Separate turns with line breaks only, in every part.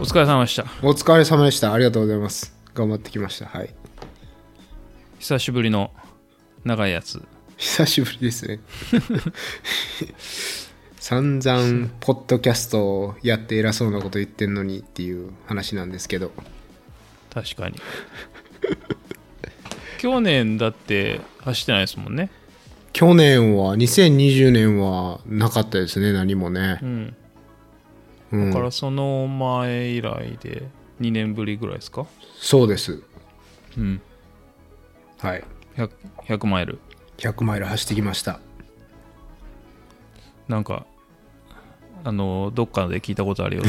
疲れ様でした
お疲れ様でした。ありがとうございます。頑張ってきました。はい。
久しぶりの長いやつ
久しぶりですね。 散々、ポッドキャストをやって偉そうなこと言ってんのにっていう話なんですけど。
確 かに去年だって走ってないですもんね
去年は、2020年はなかったですね、何もね
う。ん
う
だから
ん、
その前以来で2年ぶりぐらいですか
そうです。
うん
はい。
100, 100マイル
100マイル走ってきました。
なんかあのどっかで聞いたことあるよ、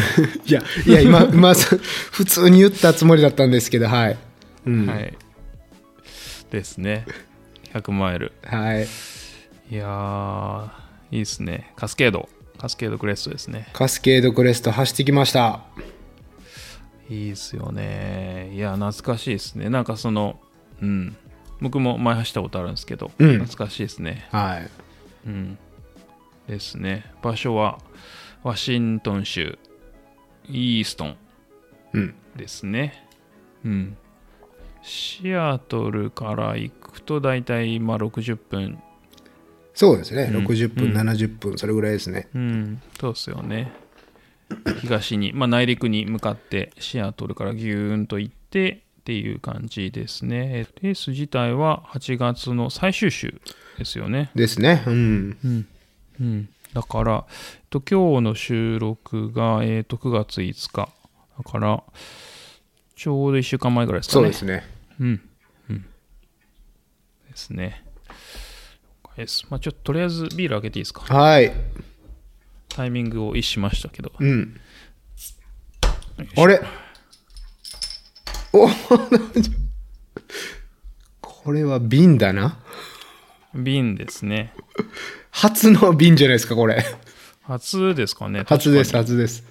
いや、いや、今、今、 普通に言ったつもりだったんですけど、はい。うん。
は
はい。
いですね100マイルいやーいいですねカスケードカスケードクレストですね
カスケードクレスト走ってきました。
いいですよねいや懐かしいですねなんかそのうん僕も前走ったことあるんですけど、
うん
懐かしいですね
はい。
うんですね場所はワシントン州イーストン
うん。
ですね。うん。シアトルから行くと大体まあ60分。
そうですね、60分、
うん
70分、それぐらいですね。
うん、そうですよね。東に、まあ、内陸に向かってシアトルからギューンと行ってっていう感じですね。えレース自体は8月の最終週ですよね。
ですね、うん。
うん。うん、だから、えっと、今日の収録が、えっと、9月5日。だから、ちょうど1週間前ぐらいですか
そ
ね。
うですね。
うん。うん。ですね。了解です。まあ、ちょっととりあえずビール開けていいですか。
はい。
タイミングを一しましたけど。
うん。あれお これは瓶だな。
瓶ですね。
初の瓶じゃないですか、これ。
初ですかね。
初です、
確かに。
初です。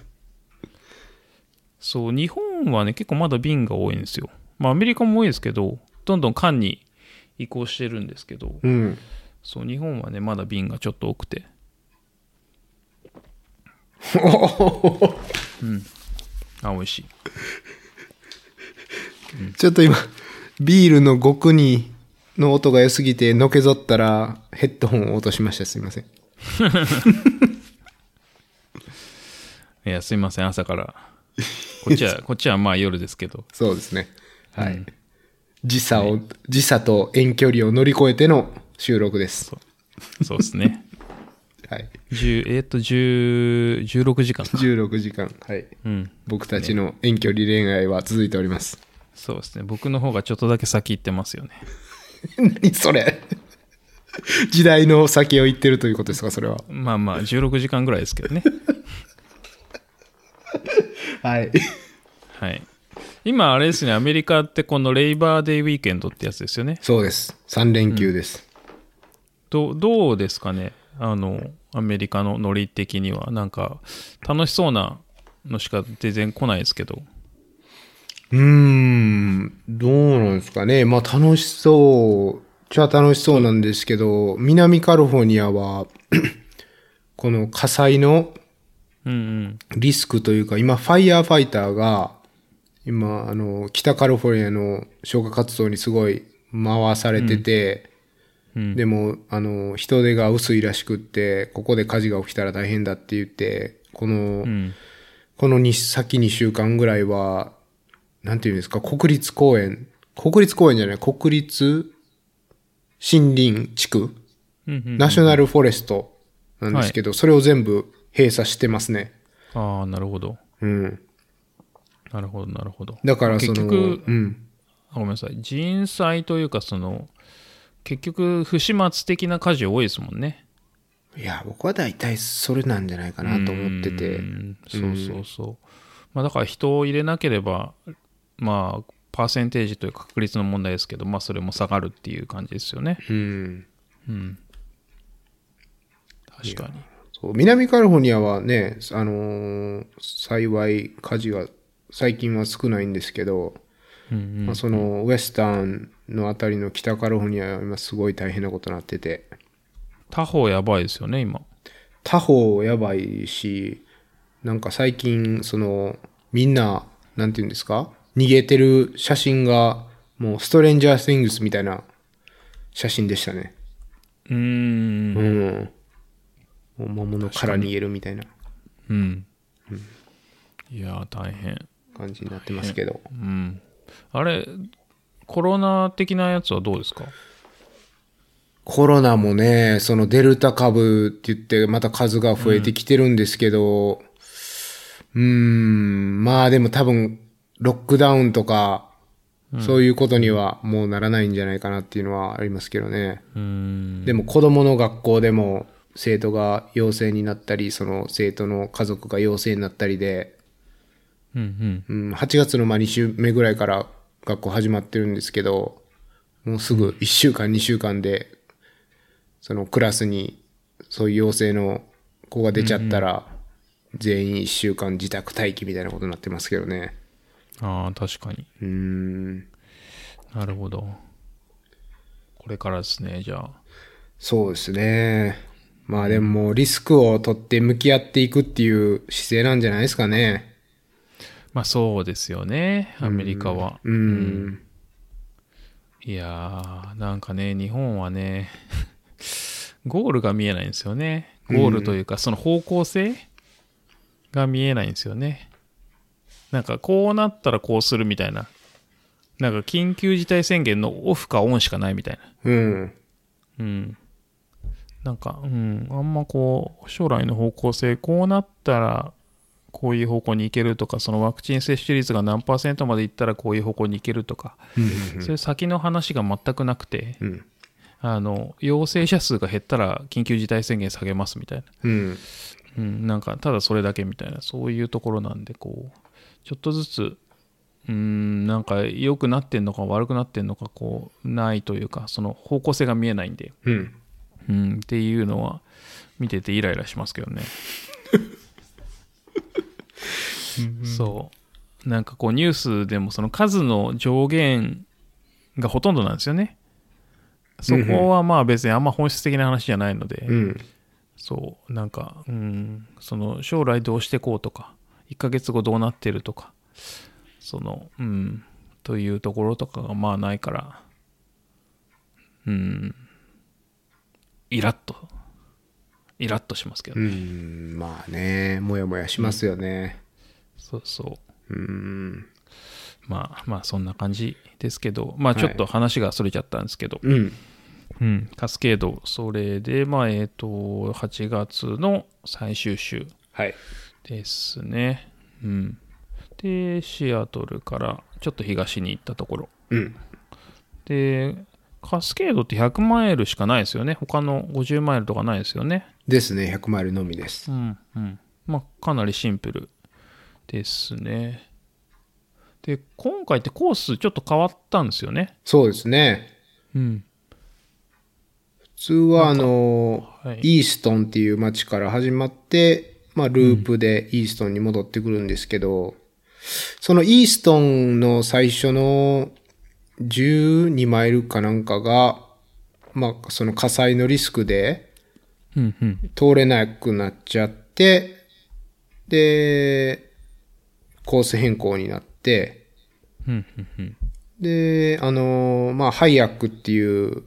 そう、日本はね、結構まだ瓶が多いんですよ。まあ、アメリカも多いですけど、どんどん缶に移行してるんですけど、
うん。
そう、日本はね、まだ瓶がちょっと多くて。あ、美味しい。
ちょっと今、ビールの極にの音が良すぎて、のけぞったらヘッドホンを落としました。すいません。
いや、すいません、朝から。こっち は、こっちはまあ夜ですけど。
そうですね。はい。時差を、時差と遠距離を乗り越えての収録です。
そうですね。
はい。
10えっと、10 16時間か。
16時間。はい。
うん。
僕たちの遠距離恋愛は続いております。
そうですね。僕の方がちょっとだけ先行ってますよね。
何それ 時代の先を行ってるということですか、それは。
まあまあ、16時間ぐらいですけどね。
はい。
はい。今、あれですね、アメリカってこのレイバーデイウィーケンドってやつですよね。
そうです。3連休です。
どうどうですかねあの、アメリカのノリ的には。なんか、楽しそうなのしか全然来ないですけど。
うーん、どうなんですかね。まあ楽しそう、ちゃ楽しそうなんですけど、南カリフォルニアは、 この火災の
うんうん。
リスクというか、今、ファイヤーファイターが、今、あの、北カリフォルニアの消火活動にすごい回されてて、
うん
でも、あの、人手が薄いらしくって、ここで火事が起きたら大変だって言って、この、
うん。
このに先2週間ぐらいは、なんていうんですか、国立公園、国立公園じゃない、国立森林地区、
うんうん、
ナショナルフォレストなんですけど、それを全部閉鎖してますね。
ああ、なるほど。
うん。
なるほど、なるほど。
だからそ
結
の、
局
うん、
あごめんなさい人災というかその結局不始末的な火事多いですもんね
いや僕は大体それなんじゃないかなと思ってて
うんそうそうそうまあだから人を入れなければまあパーセンテージというか確率の問題ですけどまあそれも下がるっていう感じですよね
うん
うん確かに
そう南カリフォルニアはね、あのー幸い火事が最近は少ないんですけど、
うんうん
まあ、そのウエスタンのあたりの北カリフォルニアは今すごい大変なことになってて
他方やばいですよね今
他方やばいしなんか最近そのみんな、なんて言うんですか逃げてる写真が、もうストレンジャー・スイングスみたいな写真でしたね。
うーん。
うん。もう魔物から逃げるみたいな
うん。いやー、大変。
感じになってますけど。
うん。あれ、コロナ的なやつはどうですか
コロナもね、そのデルタ株って言って、また数が増えてきてるんですけど、うーん、まあでも多分、ロックダウンとか、そういうことにはもうならないんじゃないかなっていうのはありますけどね。
うーん。
でも子供の学校でも生徒が陽性になったり、その生徒の家族が陽性になったりで、
うんうん。
うん、8月のまあ2週目ぐらいから学校始まってるんですけど、もうすぐ1週間2週間で、そのクラスにそういう陽性の子が出ちゃったら、全員1週間自宅待機みたいなことになってますけどね。
ああ、確かに。
うーん、
なるほど。これからですね、じゃあ。
そうですね。まあでももうリスクを取って向き合っていくっていう姿勢なんじゃないですかね。
まあそうですよね、アメリカは。
うーん。
いやー、なんかね、日本はね、 ゴールが見えないんですよね。ゴールというか、その方向性が見えないんですよね。なんか、こうなったらこうするみたいな。なんか、緊急事態宣言のオフかオンしかないみたいな。
うん。
うん。なんか、うん、あんまこう、将来の方向性、こうなったら、こういう方向に行けるとか、そのワクチン接種率が何パーセントまでいったらこういう方向に行けるとか、そういう先の話が全くなくて、
うん。
あの、陽性者数が減ったら緊急事態宣言下げますみたいな。
うん。
うん、なんかただそれだけみたいなそういうところなんでこうちょっとずつうんなんか良くなってんのか悪くなってんのかこうないというかその方向性が見えないんで、
うん。
うん、っていうのは見ててイライラしますけどねそうなんかこうニュースでもその数の上限がほとんどなんですよねそこはまあ別にあんま本質的な話じゃないので、
うん。
そうなんかうんその将来どうしてこうとか1ヶ月後どうなってるとかそのうんというところとかがまあないからうんイラッとイラッとしますけど、
うーんまあね、もやもやしますよね。
そうそう
うーん。
まあまあそんな感じですけどまあちょっと話がそれちゃったんですけど、
うん。
うん、カスケードそれでまあえっ、と8月の最終週
はい。
ですね。うん。で、シアトルからちょっと東に行ったところ。
うん。
で、カスケードって100マイルしかないですよね。他の50マイルとかないですよね。
ですね、100マイルのみです
う。んうん。まあ、かなりシンプルですね。で、今回ってコースちょっと変わったんですよね。
そうですね。
うん。
普通は、あの、
はい
イーストンっていう町から始まって、まあ、ループでイーストンに戻ってくるんですけど、そのイーストンの最初の12マイルかなんかが、まあ、その火災のリスクで、
うんうん。
通れなくなっちゃって、で、コース変更になって、
うんうんうん。
で、あの、まあ、ハイアックっていう、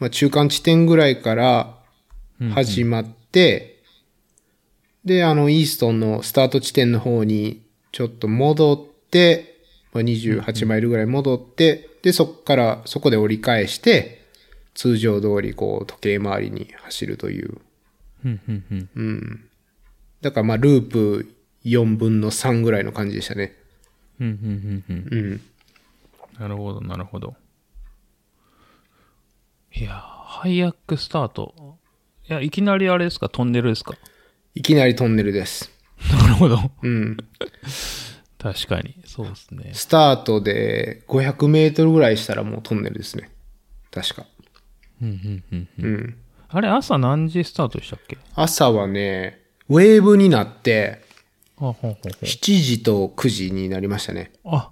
まあ、中間地点ぐらいから始まって、で、あの、イーストンのスタート地点の方にちょっと戻って、まあ、28マイルぐらい戻って、で、そっから、そこで折り返して、通常通りこう時計回りに走るという
うんうんうん。
だからまあループ4分の3ぐらいの感じでしたね。
うんうんうんうん。
うん。
なるほど、なるほど。いやー、ハイアックスタート。いや、いきなりあれですか、トンネルですか。
いきなりトンネルです。
なるほど。
うん。
確かに、そうですね。
スタートで500メートルぐらいしたらもうトンネルですね。確か。
うんうんうんうん。
うん。
あれ、朝何時スタートでしたっけ
朝はね、ウェーブになって、
あ、ほうほうほう。
7時と9時になりましたね。
あ、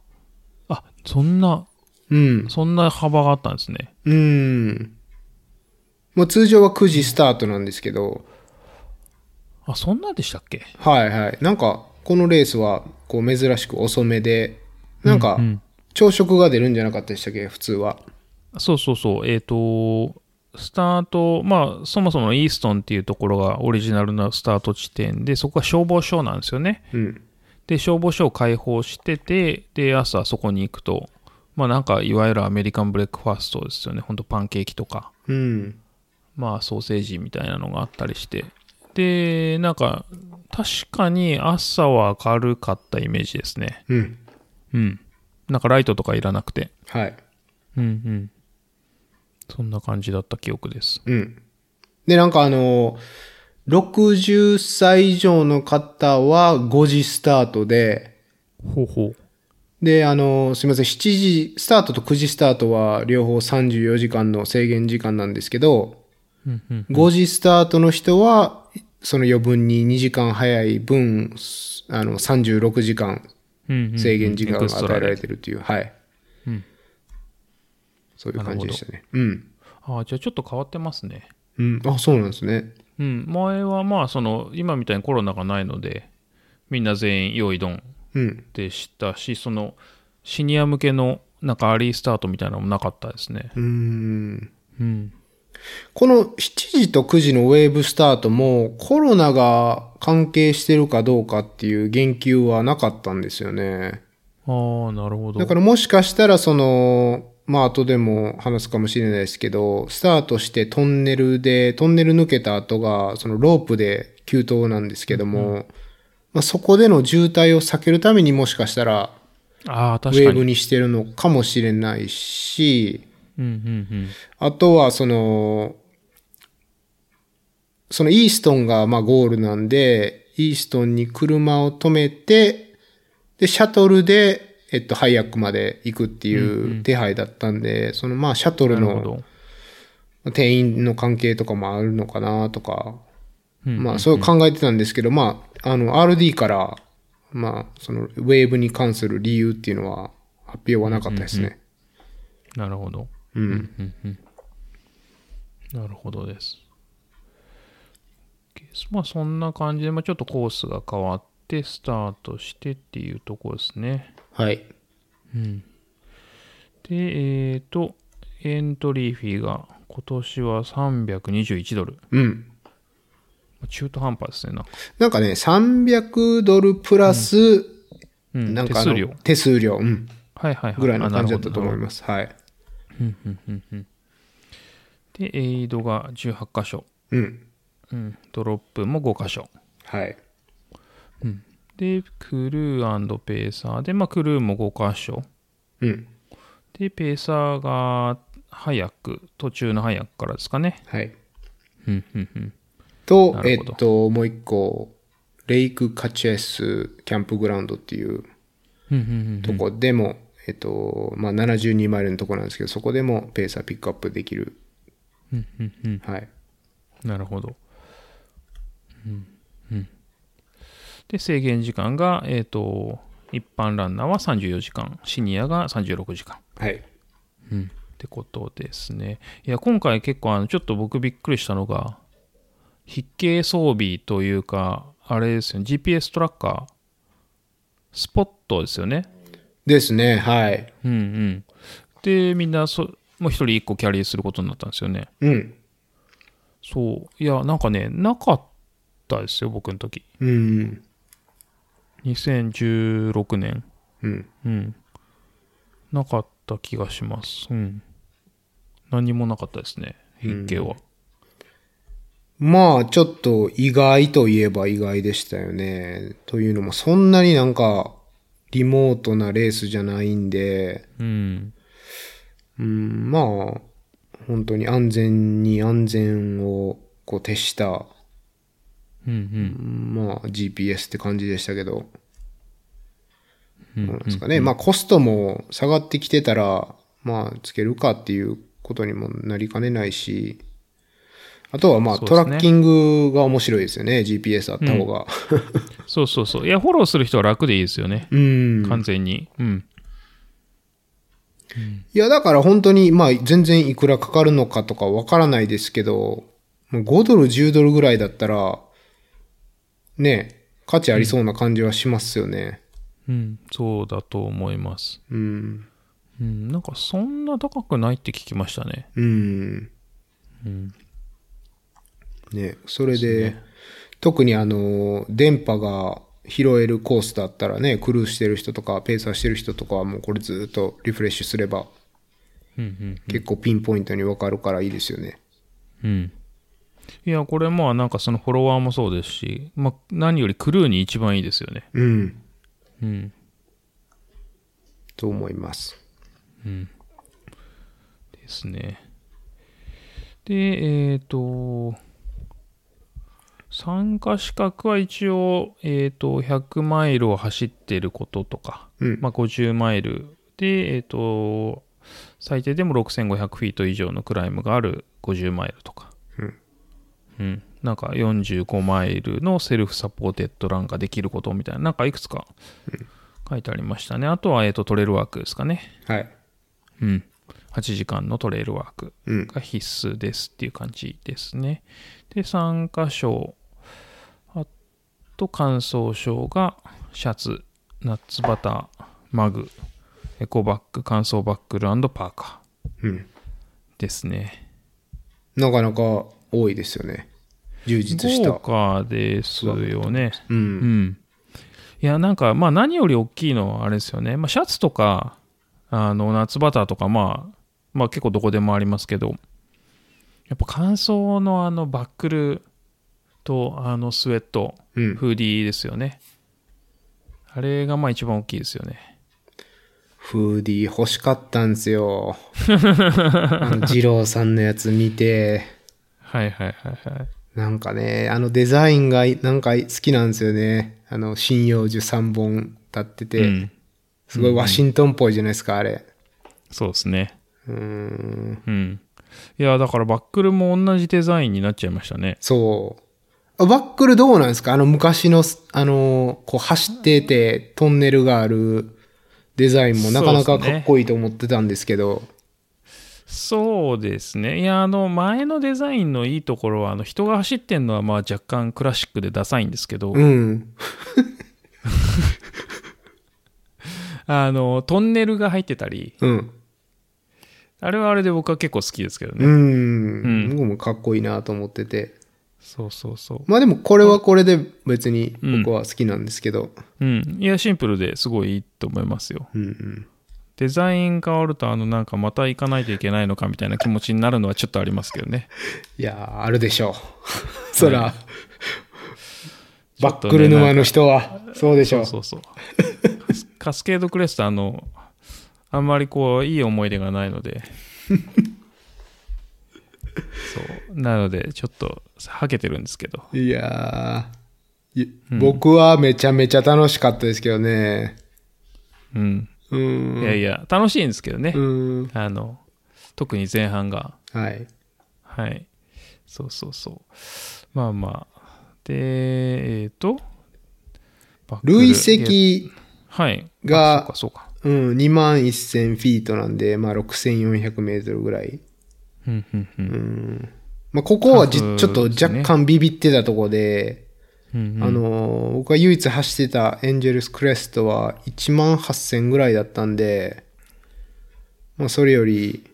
あ、そんな、
うん。
そんな幅があったんですね。
うん。もう通常は9時スタートなんですけど、
あ、そんなでしたっけ
はいはい。なんか、このレースは、こう、珍しく遅めで、なんか
うんうん、
朝食が出るんじゃなかったでしたっけ、普通は。
そうそうそう、えっ、と、スタート、まあ、そもそもイーストンっていうところがオリジナルのスタート地点で、そこが消防署なんですよね。
うん。
で、消防署を開放してて、で、朝そこに行くと、まあなんか、いわゆるアメリカンブレックファーストですよね。ほんとパンケーキとか、
うん。
まあソーセージみたいなのがあったりして。で、なんか、確かに朝は明るかったイメージですね。
うん。
うん。なんかライトとかいらなくて。
はい。
うんうん。そんな感じだった記憶です。
うん。で、なんかあの、60歳以上の方は5時スタートで、
ほうほう。
で、あの、すみません、7時スタートと9時スタートは両方34時間の制限時間なんですけど、
うんうん。
5時スタートの人は、その余分に2時間早い分、あの、36時間
うんうんうん
制限時間
エ
が
クスト
与
ラ
えら
で
れてるという、はい。
うん
そういう感じでしたね。うん。
ああ、じゃあちょっと変わってますね。
うん。あ、そうなんですね。
うん。前はまあ、その、今みたいにコロナがないので、みんな全員用意ドン
うん。
でしたし、その、シニア向けの、なんかアーリースタートみたいなのもなかったですね。
うーん。
うん。
この7時と9時のウェーブスタートもコロナが関係してるかどうかっていう言及はなかったんですよね。
ああ、なるほど。
だからもしかしたらその、まあ後でも話すかもしれないですけど、スタートしてトンネルで、トンネル抜けた後がそのロープで急登なんですけども、まあそこでの渋滞を避けるためにもしかしたら
ああ、
ウ
確
ェ
か
ーブ
に。
にしてるのかもしれないし、
うんうんうん。
あとは、その、そのイーストンがまあゴールなんで、イーストンに車を止めて、で、シャトルで、えっと、ハイアックまで行くっていう手配だったんで、そのまあ、シャトル
なるほ
の
ど。
店員の関係とかもあるのかなとか、
うん
まあ、そう考えてたんですけど、まあ、あの、RD から、まあ、その、ウェーブに関する理由っていうのは、発表はなかったですね。
なるほど。
うん。
うんうん。なるほどです。OK まあそんな感じで、まあ、ちょっとコースが変わって、スタートしてっていうところですね。
はい。
うん。で、えっ、と、エントリーフィーが今年は321ドル。ま
うん。
あ中途半端ですね、なんか。
なんかね、300ドルプラス、
うん、
なんかあ
手数
の
料。
手数料、うん、
はいはいはい。
ぐらいの感じだった
あ
と
なるほど
思います。はい。
うんうんうんうんで、エイドが18箇所、
うん。
うん、ドロップも5箇所。
はい。
で、クルーペーサーで、まあ、クルーも5箇所。
うん。
で、ペーサーが早く、途中の早くからですかね。
はい。
うんうんうん。
と
な、
え
るほど
っと、もう一個、レイクカチェスキャンプグラウンドっていう
うんうん
とこでも、えっと、まあ、72マイルのとこなんですけど、そこでもペーサーピックアップできる。
うんうんうんうん
はい。
うん。なるほど。うんうん。で、制限時間が、えっ、と、一般ランナーは34時間、シニアが36時間。
はい。
うん、ってことですね。いや、今回結構あの、ちょっと僕びっくりしたのが、筆形装備というか、あれですよね、GPS トラッカー、スポットですよね。
ですね、はい。
うんうん。で、みんなそ、もう一人一個キャリーすることになったんですよね。
うん。
そう。いや、なんかね、なかったですよ、僕の時。
うん。
2016年。
うん。
うん。なかった気がします。うん。何もなかったですね、筆形は。
まあ、ちょっと意外といえば意外でしたよね。というのも、そんなになんか、リモートなレースじゃないんで、
うん
うん、まあ、本当に安全に安全をこう徹した、
うんうん
まあ、GPS って感じでしたけど、どうなんですかね。まあ、コストも下がってきてたら、まあ、つけるかっていうことにもなりかねないし、あとはまあ、
そうで
ト
すね
ラッキングが面白いですよね、GPS あった方が。
そうそうそう。いや、フォローする人は楽でいいですよね。
うん。
完全に。うん。
いや、だから本当に、まあ、全然いくらかかるのかとかわからないですけど、もう5ドル、10ドルぐらいだったら、ねえ、価値ありそうな感じはしますよね。
うん、そうだと思います。
うん。
うん、なんかそんな高くないって聞きましたね。
うん。
うん。
ね、それで、特にあの、電波が拾えるコースだったらね、クルーしてる人とか、ペーサーしてる人とかはもうこれずっとリフレッシュすれば、
うん、
結構ピンポイントにわかるからいいですよね。
うん。うん。いや、これもなんかそのフォロワーもそうですし、まあ、何よりクルーに一番いいですよね。
うん。
うん。
と思います。
ですね。で、えっ、と、参加資格は一応、えっ、と、100マイルを走ってることとか、
うん。
まあ、50マイルで、えっ、と、最低でも6500フィート以上のクライムがある50マイルとか、
うん
うんなんか45マイルのセルフサポーテッドランができることみたいな、なんかいくつか書いてありましたね。あとは、えっ、と、トレイルワークですかね。
はい。
うん。8時間のトレイルワーク
うん。
が必須ですっていう感じですね。で、参加賞、あと感想賞がシャツ、ナッツバター、マグ、エコバッグ、乾燥バッグルパーカ
うん。
ーですね。
なかなか多いですよね。充実し
豪
た。
華ですよね。
う。
うんん。いや、なんか、まあ何より大きいのはあれですよね。まあシャツとか、あの、夏バターとか、まあ、まあ結構どこでもありますけど、やっぱ乾燥のあのバックルとあのスウェット、
うん。
フーディーですよね。あれがまあ一番大きいですよね。
フーディー欲しかったんです よ。あの、二郎さんのやつ見て、
はいはいはいはい。
なんかね、あのデザインがなんか好きなんですよね。あの、針葉樹3本立ってて、
うん
すごいワシントンっぽいじゃないですか、あれ。
そうですね。
うーん。
うん。いや、だからバックルも同じデザインになっちゃいましたね。
そう。あバックルどうなんですかあの昔の、あの、こう走っててトンネルがあるデザインもなかな
そうっ
か
すね
かっこいいと思ってたんですけど。
そうですね。いや、あの、前のデザインのいいところは、あの、人が走ってんのは、まあ、若干クラシックでダサいんですけど、
うん。
あの、トンネルが入ってたり、
うん。
あれはあれで僕は結構好きですけどね。
うん。僕もかっこいいなと思ってて。
そうそうそう。
まあでもこれはこれで別に僕は好きなんですけど。
うん。いや、シンプルですごいいいと思いますよ。
うんうん。
デザイン変わると、あの、なんかまた行かないといけないのかみたいな気持ちになるのはちょっとありますけどね。
いやー、あるでしょう。 そら、
ょ
バ
っとね
ックル沼の人は、そうでしょう。
そうそう。カスカスケードクレスト、あの、あんまりこう、いい思い出がないの で。そう。なので、ちょっと、はけてるんですけど。
いやーい僕はめちゃめちゃ楽しかったですけどね。
うん。
うー
い
ん。
やいや、楽しいんですけどね
う。ーん。
あの、特に前半が。
はい。
はい。そうそうそう。まあまあ。で、えっ、と、バックル
累、積
はい。
が
あそうか、そうか。
うん、2万1000フィートなんで、まあ6400メートルぐらい。
うん、うん、うん。
まあここはじ
タフです
ちょっと若干ビビってたとこで、
うん
あのー、僕が唯一走ってたエンジェルスクレストは1万8000ぐらいだったんで、まあそれより、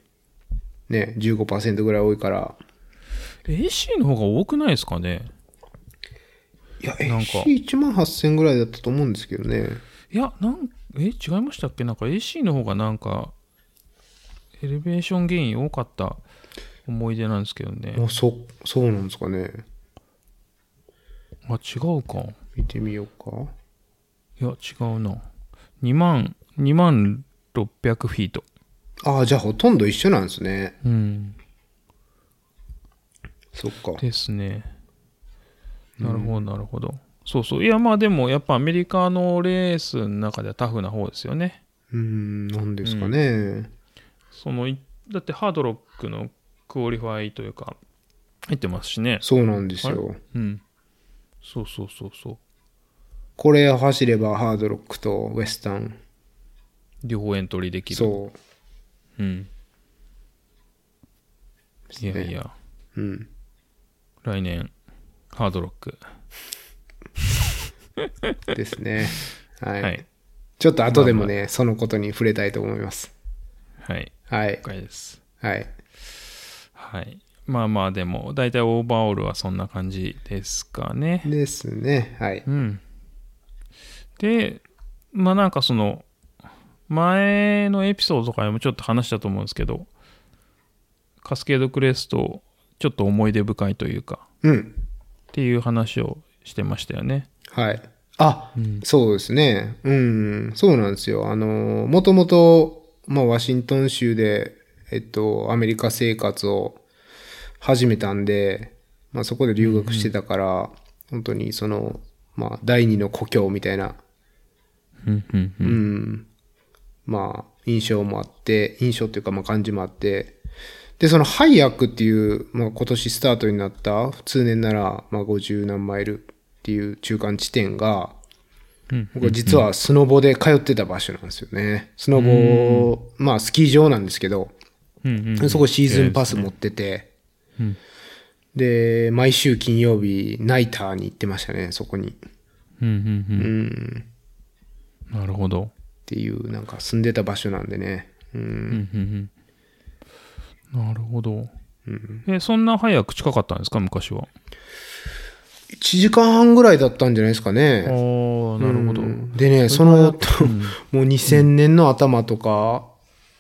ね、15%ぐらい多いから、
AC の方が多くないですかね
いや、
なんか
AC1 万8000ぐらいだったと思うんですけどね。
いや、なん、え、違いましたっけなんか AC の方がなんか、エレベーションゲイン多かった思い出なんですけどね。
あ、そ、そうなんですかね。
あ、違うか。
見てみようか。
いや、違うな。2万、2万600フィート。
ああ、じゃあほとんど一緒なんですね。
うん。
そっか。
ですね。なるほど、なるほど。そうそう。いや、まあでも、やっぱアメリカのレースの中ではタフな方ですよね。
うーん、なんですかね。
その、いだってハードロックのクオリファイというか、入ってますしね。
そうなんですよ。
うん。そうそうそうそう。
これを走ればハードロックとウエスタン。
両方エントリーできる。。
そう
ん。いやいや、
う。うん。
来年、ハードロック。
です ね。はい。
はい。
ちょっと後でもね、そのことに触れたいと思います。
はい。
はい
了。解です。
はい。
はい。まあまあ、でも、大体オーバーオールはそんな感じですかね。
ですね。はい。
うん。で、まあなんかその、前のエピソードとかでもちょっと話したと思うんですけど、カスケードクレスト、ちょっと思い出深いというか、
うん。
っていう話をしてましたよね。
はい。あ、そうですね。うん。そうなんですよ。あの、もともと、まあ、ワシントン州で、えっと、アメリカ生活を始めたんで、まあ、そこで留学してたから、本当にその、まあ、第二の故郷みたいな
うんうんうん。
うん。まあ、印象もあって、印象っていうか、まあ、感じもあって。で、その、ハイアックっていう、まあ、今年スタートになった、通年なら、まあ、50何マイルっていう中間地点が、
うん
僕実はスノボで通ってた場所なんですよね。スノボ、まあ、スキー場なんですけど、
うんうん。
そこシーズンパス持ってて、
うん
で、毎週金曜日、ナイターに行ってましたね、そこに。
うんう
うんん。
うん。なるほど。
っていう、なんか住んでた場所なんでね。うん
うんうんうん。なるほど。え、そんな早く近かったんですか、昔は。
1時間半ぐらいだったんじゃないですか
ああ、な
ね。
るほど。
う
うん
んでね、その、と もう2000年の頭とか、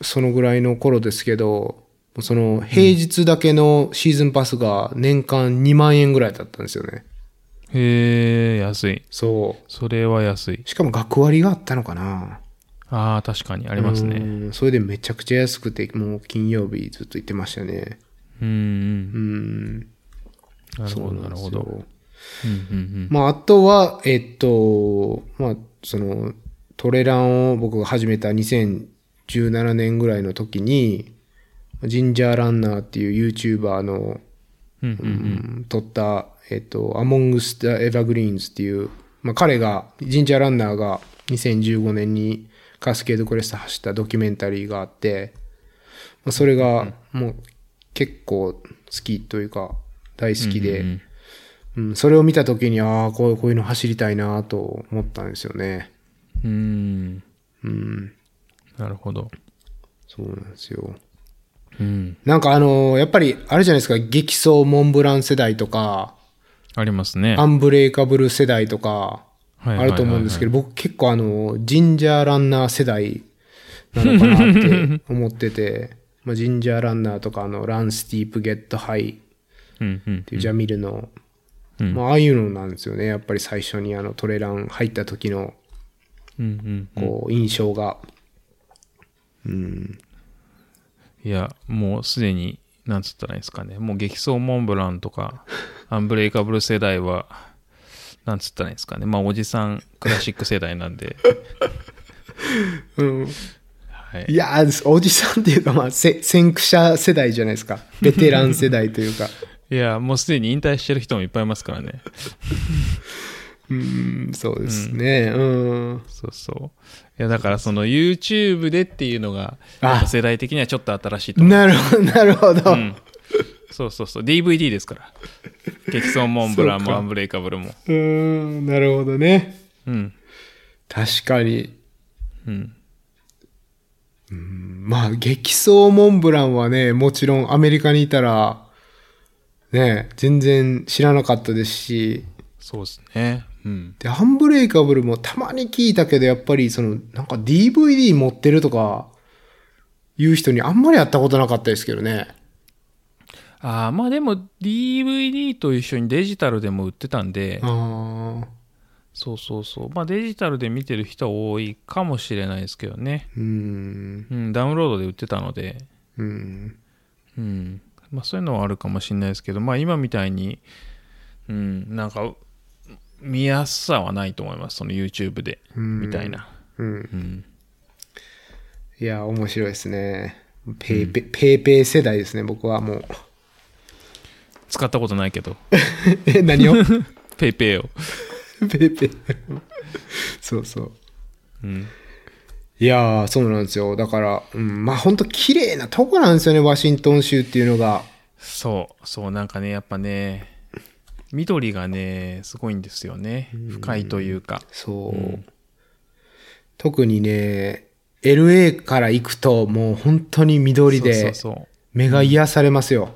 そのぐらいの頃ですけど、その平日だけのシーズンパスが年間2万円ぐらいだったんですよね。
へえ、安い。
そ。。
それは安いう
しかも学割があったのかな。
ああ、確かにあります
う
ね。
んそれでめちゃくちゃ安くて、もう金曜日ずっと行ってましたね。
うん、うん
う。ん。
なるほど、なるほど。
そうなんですよ
うんうん
まあ、あとは、えっと、まあ、その、トレランを僕が始めた2017年ぐらいの時に、ジンジャーランナーっていう YouTuber の、
うん。うんう
うんん、撮った、えっと、アモングス・ザ・エヴァグリーンズっていう、まあ、彼が、ジンジャーランナーが2015年にカスケードクレスト走ったドキュメンタリーがあって、まあ、それが、もう、結構好きというか、大好きで、
うん
うん、それを見た時に、ああ、こうこういうの走りたいなと思ったんですよね。
うん。うん。
うん、
なるほど。
そうなんですよ。
うん。
なんかあのーやっぱり、あれじゃないですか、激走モンブラン世代とか、
ありますね。
アンブレイカブル世代とか、
はい
あると思うんですけ
ど。
ど、僕結構あのー、ジンジャーランナー世代なのかなって思ってて、まあ、ジンジャーランナーとか、あの、ランスティープゲットハイっ
うんうん
ていうジャミルの、
うん
まあ、ああいうのなんですよね。やっぱり最初にあの、トレラン入った時の、
うんうん。
こう、印象が。うん。
いや、もうすでに、なんつったらいいんですかね。もう激走モンブランと か、アンブレイカブル世代は、なんつったらいいんですかね。まあ、おじさんクラシック世代なん で。
うん、
はい。
いやー、おじさんっていうか、まあ、せ先駆者世代じゃないですか。ベテラン世代というか。
いや、もうすでに引退してる人もいっぱいいますからね。
うん、そうですね。うん。
そうそう。いや、だからその YouTube でっていうのが、
あ
やっぱ世代的にはちょっと新しいと思う。
なるほど、なるほど。
うん。そうそうそう。DVD ですから。激走モンブラン
そう
も
か
アンブレイカブルも。
うん、なるほどね。
うん。
確かに。
うん。
まあ、激走モンブランはね、もちろんアメリカにいたら、ね、全然知らなかったですし、
そうですね。うん。
で、アンブレイカブルもたまに聞いたけど、やっぱりその、なんか DVD 持ってるとか、いう人にあんまり会ったことなかったですけどね。
ああ、まあでも DVD と一緒にデジタルでも売ってたんで、
ああ、
そうそうそう。まあデジタルで見てる人は多いかもしれないですけどね。
うーん、
うん、ダウンロードで売ってたので。
うん、
うん。まあそういうのはあるかもしれないですけど、まあ今みたいに、うん、なんか、見やすさはないと思います。その YouTube で、
うん
みたいな。
うん。
うん。
いや、面白いですね。ペーペー、ペーペー世代ですね、僕はもう。
使ったことないけ ど、
え、何をペー
ペイペイを。
ペー。そうそう。
うん。
いやー、そうなんですよ。だから、うん、まあ本当綺麗なとこなんですよね、ワシントン州っていうのが。
そう、そう、なんかね、やっぱね、緑がね、すごいんですよね。深いというか。
そう。特にね、LA から行くともう本当に緑
そ
で
うそうそ
目が癒されますよ。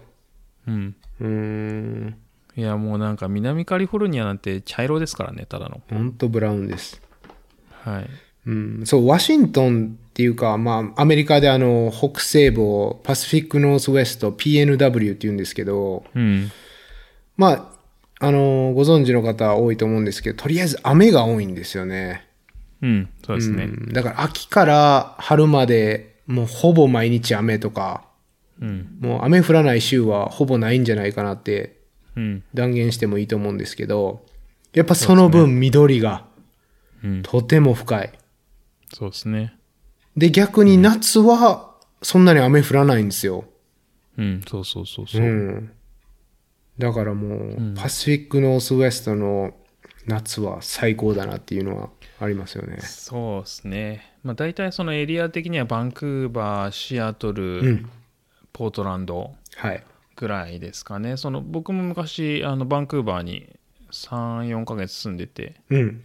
う。うん。
うん。
いや、もうなんか南カリフォルニアなんて茶色ですからね、ただの。
本当ブラウンです。
はい。
うん、そう、ワシントンっていうか、まあ、アメリカであの、北西部をパシフィックノースウェスト PNW って言うんですけど、
うん。
まあ、あの、ご存知の方多いと思うんですけど、とりあえず雨が多いんですよね。
うん。そうです
う
ね。
ん、だから秋から春まで、もうほぼ毎日雨とか、
うん。
もう雨降らない週はほぼないんじゃないかなって
うん。
断言してもいいと思うんですけど、やっぱその分緑が
うん。
とても深い。
そうですね。
で、逆に夏はそんなに雨降らないんですよ。
うん。そうそうそうそうう。
ん。だからもう、パシフィックノースウエストの夏は最高だなっていうのはありますよね。
そうですね。まあ大体そのエリア的にはバンクーバー、シアトル、
うん。
ポートランド
はい。
ぐらいですかね。その僕も昔あのバンクーバーに3、4ヶ月住んでて、
うん。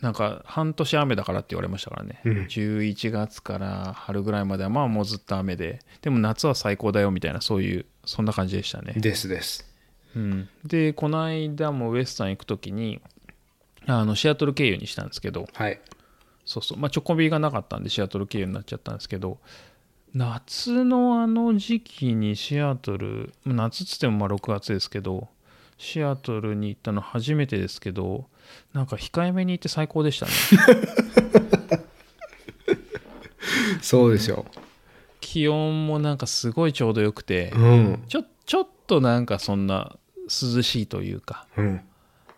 なんか半年雨だからって言われましたからね。
うん
11月から春ぐらいまではまあもうずっと雨で、でも夏は最高だよみたいなそういうそんな感じでしたね。
ですです。
うん、でこの間もウエスタン行く時にあのシアトル経由にしたんですけど
はい。
そうそうまあチョコビがなかったんでシアトル経由になっちゃったんですけど夏のあの時期にシアトルまあ夏っつってもまあ6月ですけどシアトルに行ったの初めてですけどなんか控えめに行って最高でした ね
そうですよ。
気温もなんかすごいちょうどよくて
うん。
ちょちょっとなんかそんな涼しいというか
うん。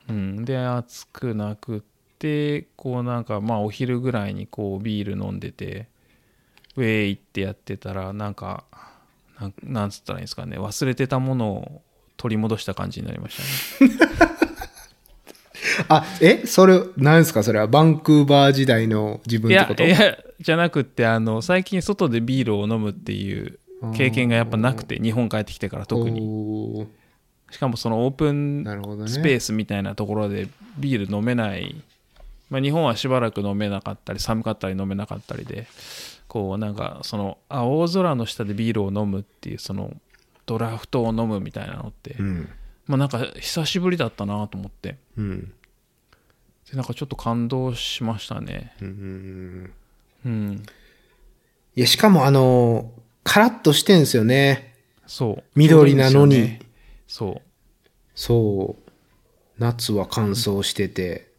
うん、で暑くなくってこうなんかまあお昼ぐらいにこうビール飲んでてウェイってやってたらなんかなんなんつったらいいんですかね忘れてたものを取り戻した感じになりましたね
あ、えそれ、何ですかそれは、バンクーバー時代の自分
い
って
や
こと
いやじゃなくってあの最近外でビールを飲むっていう経験がやっぱなくて日本帰ってきてから特に
に。
しかもそのオープン
なるほどね。
スペースみたいなところでビール飲めない、まあ、日本はしばらく飲めなかったり寒かったり飲めなかったりでこうなんかその青空の下でビールを飲むっていうそのドラフトを飲むみたいなのって、
うん。
まあ、なんか久しぶりだったなと思って
うん。
でなんかちょっと感動しましたね
うん。
うん
いや、しかもあの、カラッとしてんですよね。
そう
緑な
ちょ
のに
うどいいんですよねそ
そう。夏は乾燥してて、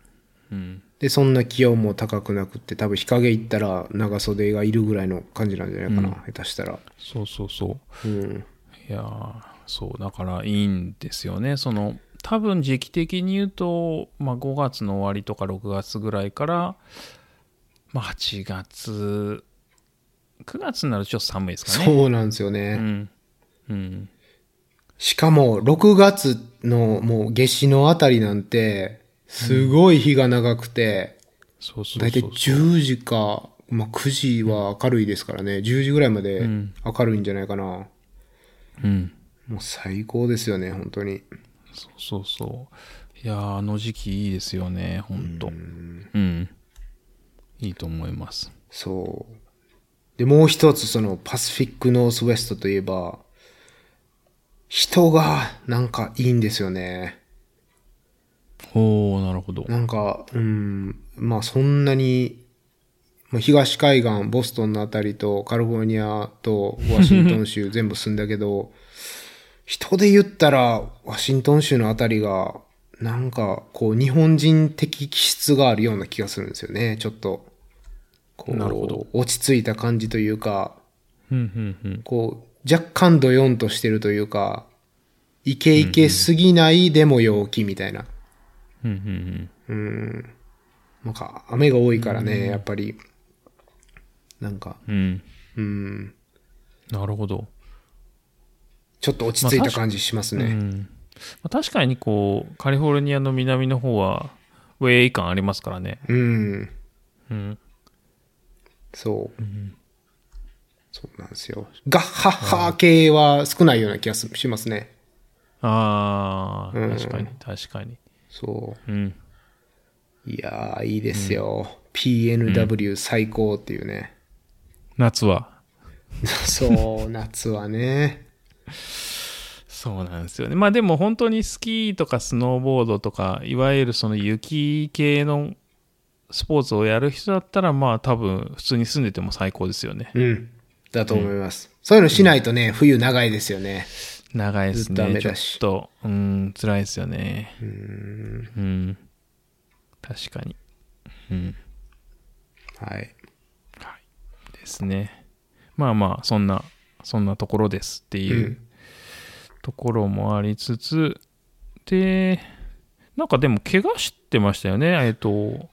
ううん
で、そんな気温も高くなくって、多分日陰行ったら長袖がいるぐらいの感じなんじゃないかな、下手したら。
そうそうそう
うん。
いやーそうだからいいんですよねその多分時期的に言うと、まあ、5月の終わりとか6月ぐらいから、まあ、8月9月になるとちょっと寒いですかね
そうなんですよ
う
ね。
ん、うん、
しかも、6月のもう夏至のあたりなんて、すごい日が長くて、
そうそう
だいたい
そう
10時か、まあ、9時は明るいですからね、10時ぐらいまで明るいんじゃないかな。
うん
もう最高ですよね、本当に。
そうそうそういやーあの時期いいですよねほんとうんいいと思います
そう。で、もう一つ、その、パシフィックノースウェストといえば、人が、なんかいいんですよね。
おーなるほど
なんか、うん、まあそんなに、まあ、東海岸、ボストンのあたりと、カリフォルニアと、ワシントン 州全部住んだけど、人で言ったら、ワシントン州のあたりが、なんか、こう、日本人的気質があるような気がするんですよね、ちょっと。こう
なるほど
落ち着いた感じというか、
うんうんうん
こう、若干ドヨンとしてるというか、イケイケすぎないでも陽気みたいな。
うんうんうん
なんか雨が多いからね、やっぱり。なんか、
うん
うん、
なるほど
ちょっと落ち着いた感じしますね。
うんまあ確かにこうカリフォルニアの南の方はウェイ感ありますからね、
うん、
うん、
そう、そうなんですよ。ガッハッハ系は少ないような気がすしますね。
あああ、
うん
確かに、確かに。
そ
うん。
う。いやー、いいですよ。PNW 最高っていうね。
夏は。
そう、夏はね。
そうなんですよね。まあでも本当にスキーとかスノーボードとか、いわゆるその雪系のスポーツをやる人だったら、まあ多分普通に住んでても最高ですよね。
うん。だと思います。そういうのしないとね、冬長いですよね。
長いです
ずっと
ね。
雨
ちょっ
だし
と、うん、辛いですよね。うん。確かに。うん。
はい。
ですね。まあまあ、そんな、そんなところですっていううところもありつつ、で、なんかでも、怪我してましたよね。えっと、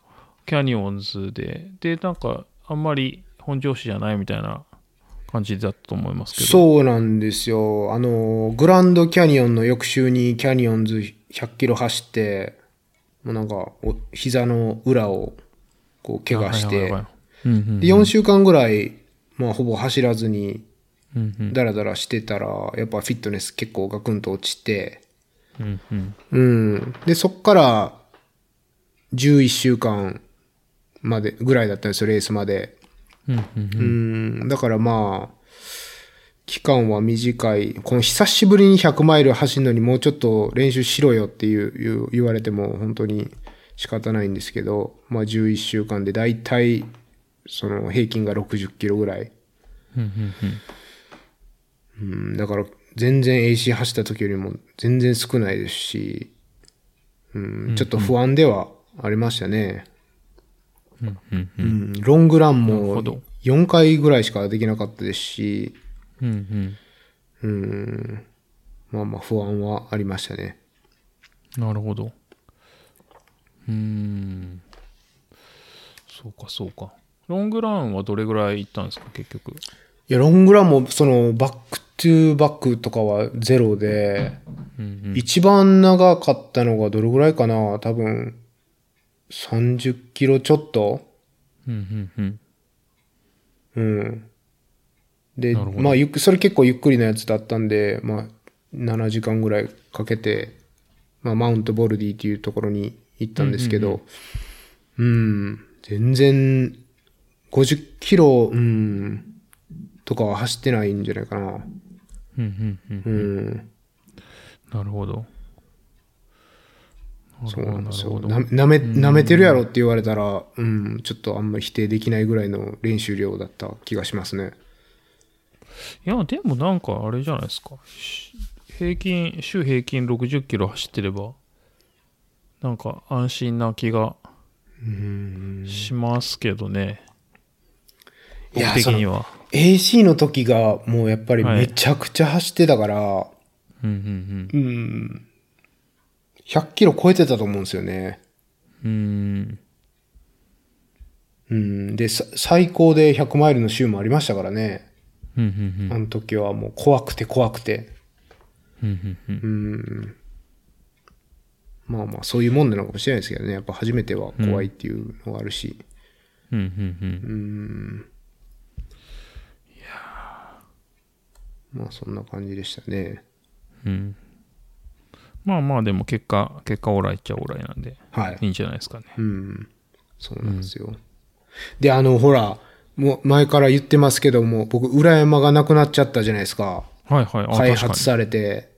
キャニオンズで。で、なんか、あんまり本調子じゃないみたいな感じだったと思いますけど。
そうなんですよ。あの、グランドキャニオンの翌週にキャニオンズ100キロ走って、もうなんか、お膝の裏を、こう、怪我し
はい
て
はいは、いはいうんうん
で、4週間ぐらい、まあ、ほぼ走らずに、
うんうん
ダラダラしてたら、やっぱフィットネス結構ガクンと落ちて、
うんうん
うん。で、そっから、11週間まで、ぐらいだったんですよ、レースまで。
うんうん
うん。だからまあ、期間は短い。この久しぶりに100マイル走るのにもうちょっと練習しろよっていう、いう言われても本当に仕方ないんですけど、まあ11週間でだいたい、その平均が60キロぐらい。
うんうんうん
うん、だから全然 AC 走った時よりも全然少ないですし、うん、ちょっと不安ではありましたね。
うんうん
うんロングラン
なるほ
も
ど
4回ぐらいしかできなかったですし、
うんうん
うん、まあまあ不安はありましたね。
なるほど。うーん。そうか、そうか。ロングランはどれぐらい行ったんですか、結局。
いや、ロングランもそのバックトゥーバックとかはゼロで、
うん
一番長かったのがどれぐらいかな多分30キロちょっと
うん。うんうんうん。
うん。で、
なるほど
まあ、ゆっくそれ結構ゆっくりなやつだったんで、まあ、7時間ぐらいかけて、まあ、マウントボルディっていうところに行ったんですけど、うん全然、50キロ、うん、とかは走ってないんじゃないかな。
うんうんうん。
うん。
なるほど。な
そう
るほど、
なん
な
で
る
すよ。
ほど。
な舐め、舐めてるやろって言われたら、うん、ちょっとあんまり否定できないぐらいの練習量だった気がしますね。
いや、でもなんかあれじゃないですか。し平均、週平均60キロ走ってれば、なんか安心な気がしますけどね。
いや
僕的には。
AC の時がもうやっぱりめちゃくちゃ走ってたから、
うんうん
うん、100キロ超えてたと思うんですよね。
うん。うん。
うん、で、さ最高で100マイルの週もありましたからね。
うんうん
あの時はもう怖くて怖くて。
うん。うんうんうん。
うん、まあまあ、そういうもんなのかもしれないですけどね。やっぱ初めては怖いっていうのがあるし。
うんうんうん。
うん。いやまあ、そんな感じでしたね。
うん。まあまあ、でも結果、結果オーライっちゃオーライなんで、
はい
い。いんじゃないですかね。
うん。そうなんですよ。で、あの、ほら、もう前から言ってますけども、僕、裏山がなくなっちゃったじゃないですか。
はいはい。あ
開
確か
発されて。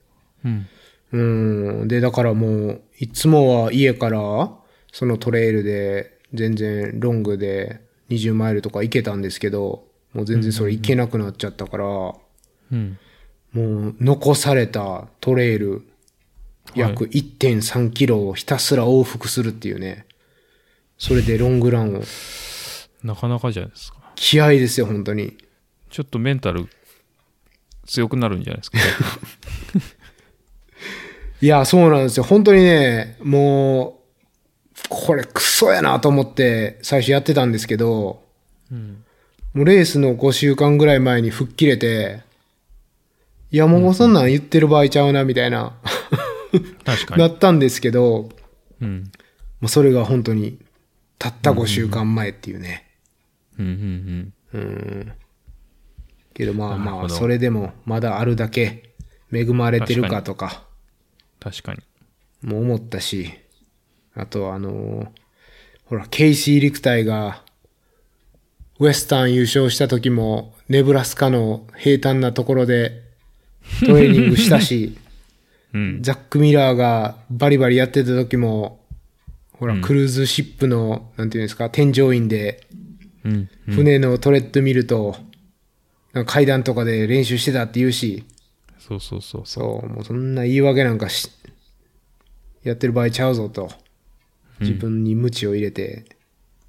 に。うん。
うん。で、だからもう、いつもは家から、そのトレイルで、全然ロングで20マイルとか行けたんですけど、もう全然それ行けなくなっちゃったから、も
うん。
う残されたトレイル、約1.3キロをひたすら往復するっていうね。それでロングランを。
なかなかじゃないですか。
気合ですよ、本当に。
ちょっとメンタル強くなるんじゃないですか。
いや、そうなんですよ。本当にね、もう、これクソやなと思って最初やってたんですけど、
うん。
もうレースの5週間ぐらい前に吹っ切れて、いや、もうそんなん言ってる場合ちゃうな、みたいな、
確か
な
に。
ったんですけど、も
うん。
うそれが本当に、たった5週間前っていうね。
うんうんうん。
うん。けどま
な
あ
る
ま
ほ
あ、
ど
それでも、まだあるだけ、恵まれてるかとか、
確かに。
も思ったし、あとあのーほら、ケイシー・リクタイが、ウェスタン優勝した時も、ネブラスカの平坦なところでトレーニングしたし、
うん。
ザック・ミラーがバリバリやってた時も、ほら、クルーズシップの、なんていうんですか、添乗員で、
うん。
船のトレッドミルと、なんか階段とかで練習してたって言うし、
そうそうそうそう。
そう、もうそんな言い訳なんかし、やってる場合ちゃうぞと、自分に無知を入れて、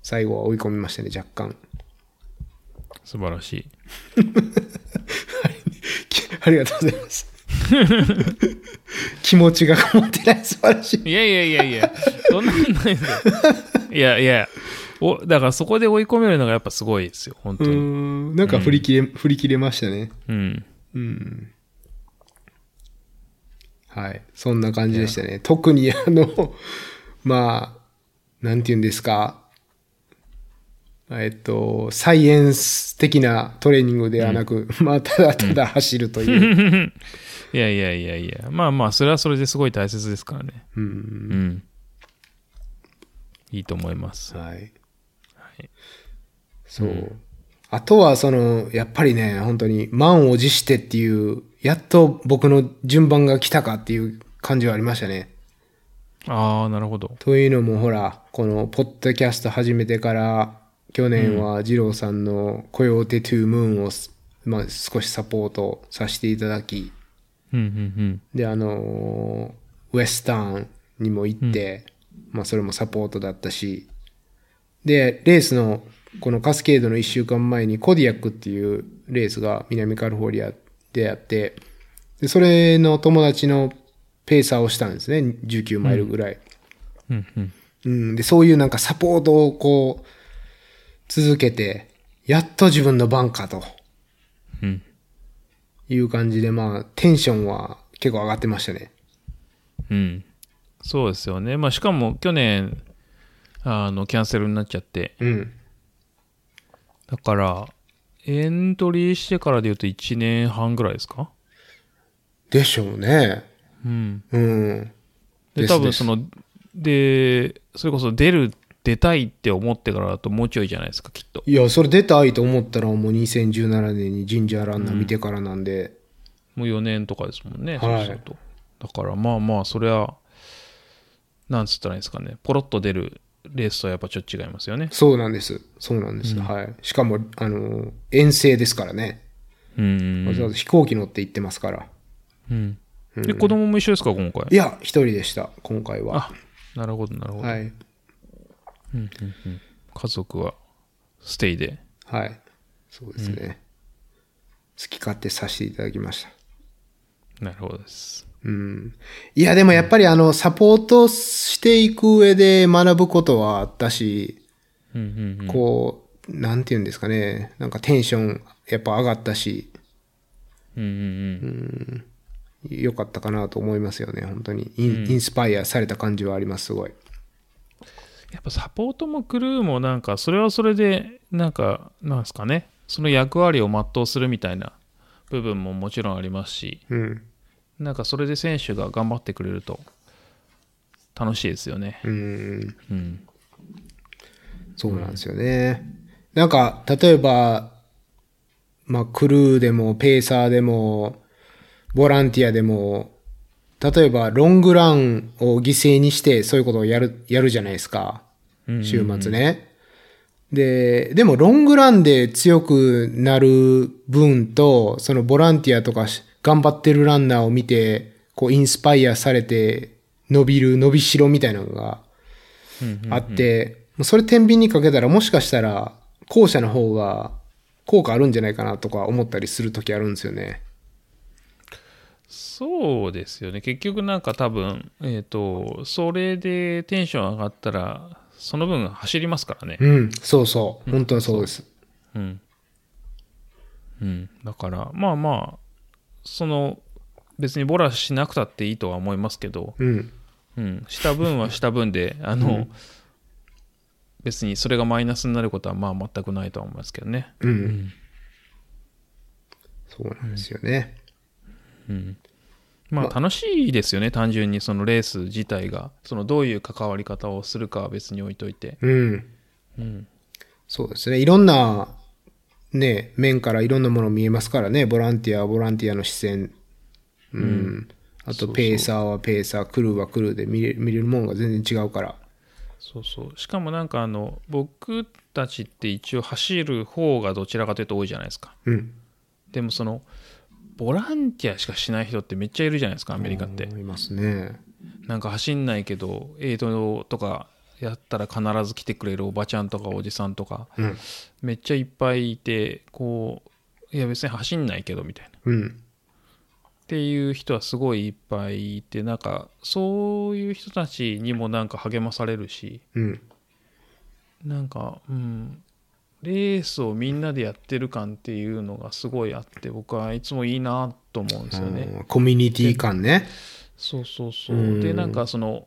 最後は追い込みましたね、若干。
素晴らしい。
ありがとうございます。 気持ちがこもってない、素晴らしい。
いやいやいやいや、そんなことないです よ。いやいや、おだからそこで追い込めるのがやっぱすごいですよ、本当
うー
に。うん。
ん、なんか振り切れ、振り切れましたね。うん。はい。そんな感じでしたね。特に、あの、まあ、なんて言うんですか。えっと、サイエンス的なトレーニングではなく、まあ、ただただ走るという。
いやいやいやいや、まあまあ、それはそれですごい大切ですからね。
うん。
うん。いいと思います。
はい。
はい、
そう。あとは、その、やっぱりね、本当に、満を持してっていう、やっと僕の順番が来たかっていう感じはありましたね。
ああ、なるほど。
というのもほら、このポッドキャスト始めてから、去年は二郎さんのコヨーテトゥームーンをす、まあ、少しサポートさせていただき、
うんうん
で、あのーウエスタンにも行って、まあそれもサポートだったし、で、レースの、このカスケードの1週間前にコディアックっていうレースが南カリフォルニアであって、で、それの友達のペーサーをしたんですね、19マイルぐらい。
うん。うんうん。
うん、で、そういうなんかサポートをこう、続けて、やっと自分の番かと
うん。
いう感じで、まあ、テンションは結構上がってましたね。
うん。そうですよね。まあ、しかも去年、あの、キャンセルになっちゃって、
うん。
だから、エントリーしてからで言うと1年半ぐらいですか
でしょうね。
うん。
うん。
で、
です
多分その、で、それこそ出る、出たいって思ってからだともうちょいじゃないですか、きっと。
いや、それ出たいと思ったらもう2017年にジンジャーランナー見てからなんで、
もう4年とかですもんね、
はい
そうすると。だからまあまあ、それは、なんつったらいいんですかね、ポロッと出るレースとはやっぱちょっと違いますよね。
そうなんです。そうなんです。はい。しかも、あの、遠征ですからね。
うん
わ。ざわざ飛行機乗って行ってますから。
うん。で、子供も一緒ですか、今回
い。や、一人でした、今回は。
あ、なるほど、なるほど。
はい。
家族は、ステイで。
はい。そうですね。好き勝手させていただきました。
なるほどです。
うん。いや、でもやっぱりあの、サポートしていく上で学ぶことはあったし、
うんうんうん。
こう、なんて言うんですかね。なんかテンションやっぱ上がったし、
うんうんうん。
良かったかなと思いますよね。本当にイン,、インスパイアされた感じはあります、すごい。
やっぱサポートもクルーもなんかそれはそれでなんかなんですかねその役割を全うするみたいな部分ももちろんありますし
うん。
なんかそれで選手が頑張ってくれると楽しいですよね
うん。
うん
そうなんですよね。なんか、例えば、まあ、クルーでも、ペーサーでも、ボランティアでも、例えば、ロングランを犠牲にして、そういうことをやる、やるじゃないですか。週末ね。で、でも、ロングランで強くなる分と、そのボランティアとかし頑張ってるランナーを見て、こう、インスパイアされて、伸びる、伸びしろみたいなのがあって、もうそれ天秤にかけたらもしかしたら後者の方が効果あるんじゃないかなとか思ったりする時あるんですよね。
そうですよね結局なんか多分えっ、とそれでテンション上がったらその分走りますからね
うん、そうそう。本当にそうです。
うん。うん。だから、まあまあ、その、別にボラしなくたっていいとは思いますけど、
うん。
うん。した分はした分で、あの、別にそれがマイナスになることはまあ全くないとは思いますけどね。
うん。そうなんですよね。
ま
ま
あ楽しいですよね、単純にそのレース自体が。そのどういう関わり方をするかは別に置いといて。
うん。
うん。
そうですね。いろんな、ね、面からいろんなもの見えますからね。ボランティアはボランティアの視線。うん。あと、ペーサーはペーサー、クルーはクルーで見れ見れるもんが全然違うから。
そうそう。しかもなんかあの、僕たちって一応走る方がどちらかというと多いじゃないですか。
うん。
でもその、ボランティアしかしない人ってめっちゃいるじゃないですか、アメリカって。
思いますね。
なんか走んないけど、エイトとかやったら必ず来てくれるおばちゃんとかおじさんとか、
うん。
めっちゃいっぱいいて、こう、いや別に走んないけどみたいな。
うん。
っていう人はすごいいっぱいいてなんかそういう人たちにもなんか励まされるし
うん。
なんかうんレースをみんなでやってる感っていうのがすごいあって僕はいつもいいなと思うんですよね。
あーコミュニティ感ね。
そうそうそううんでなんかその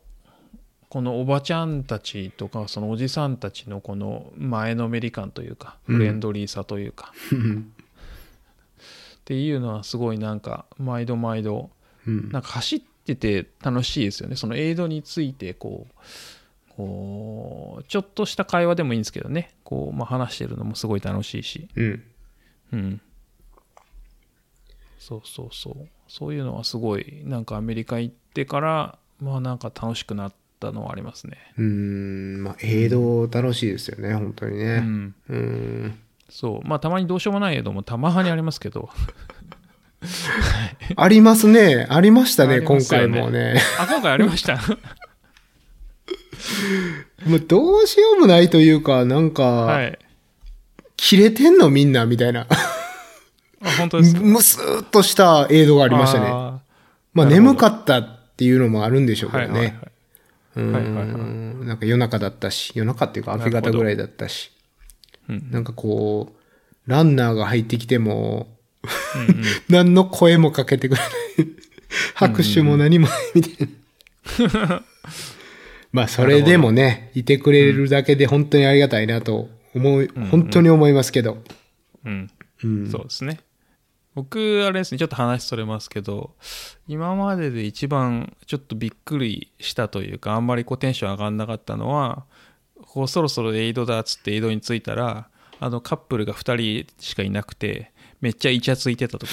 このおばちゃんたちとかそのおじさんたちのこの前のめり感というか
うん
フレンドリーさというか、
うん。
っていうのはすごいなんか毎度毎度
うん
なんか走ってて楽しいですよね。そのエイドについてこう、こう、ちょっとした会話でもいいんですけどね。こう、まあ、話してるのもすごい楽しいし。
うん。
うん。そうそうそう。そういうのはすごい、なんかアメリカ行ってから、まあなんか楽しくなったのはありますね。
うん。まあ、映像楽しいですよね、本当に
う
ね。
ん。
うん。
そう。まあたまにどうしようもないエイドもたまにあります けど、
ありますね。ありました
あり
ね、
ま
今
す
回
よね
もね。
あ、今回ありました。
もうどうしようもないというか、なんか、
はい。
切れてんのみんな、みたいな。
あ、本当ですか。
むすーっとした映像がありましたね。
あ
まあ
なるほど
眠かったっていうのもあるんでしょう
ーはい
けど
はいはい
ね。。
いはいはいはいう
ーんなんか夜中だったし、夜中っていうか明け方ぐらいだったし、
うん。
なんかこう、ランナーが入ってきても、
うんうん
何の声もかけてくれない。拍手も何もないみたいな。まあ、それでもね、いてくれるだけで本当にありがたいなと思う、本当に思いますけど。
うん。
うん。
そうですね。僕、あれですね、ちょっと話それますけど、今までで一番ちょっとびっくりしたというか、あんまりこうテンション上がんなかったのは、こうそろそろエイドだっつってエイドに着いたら、あのカップルが2人しかいなくて、めっちゃイチャついてた時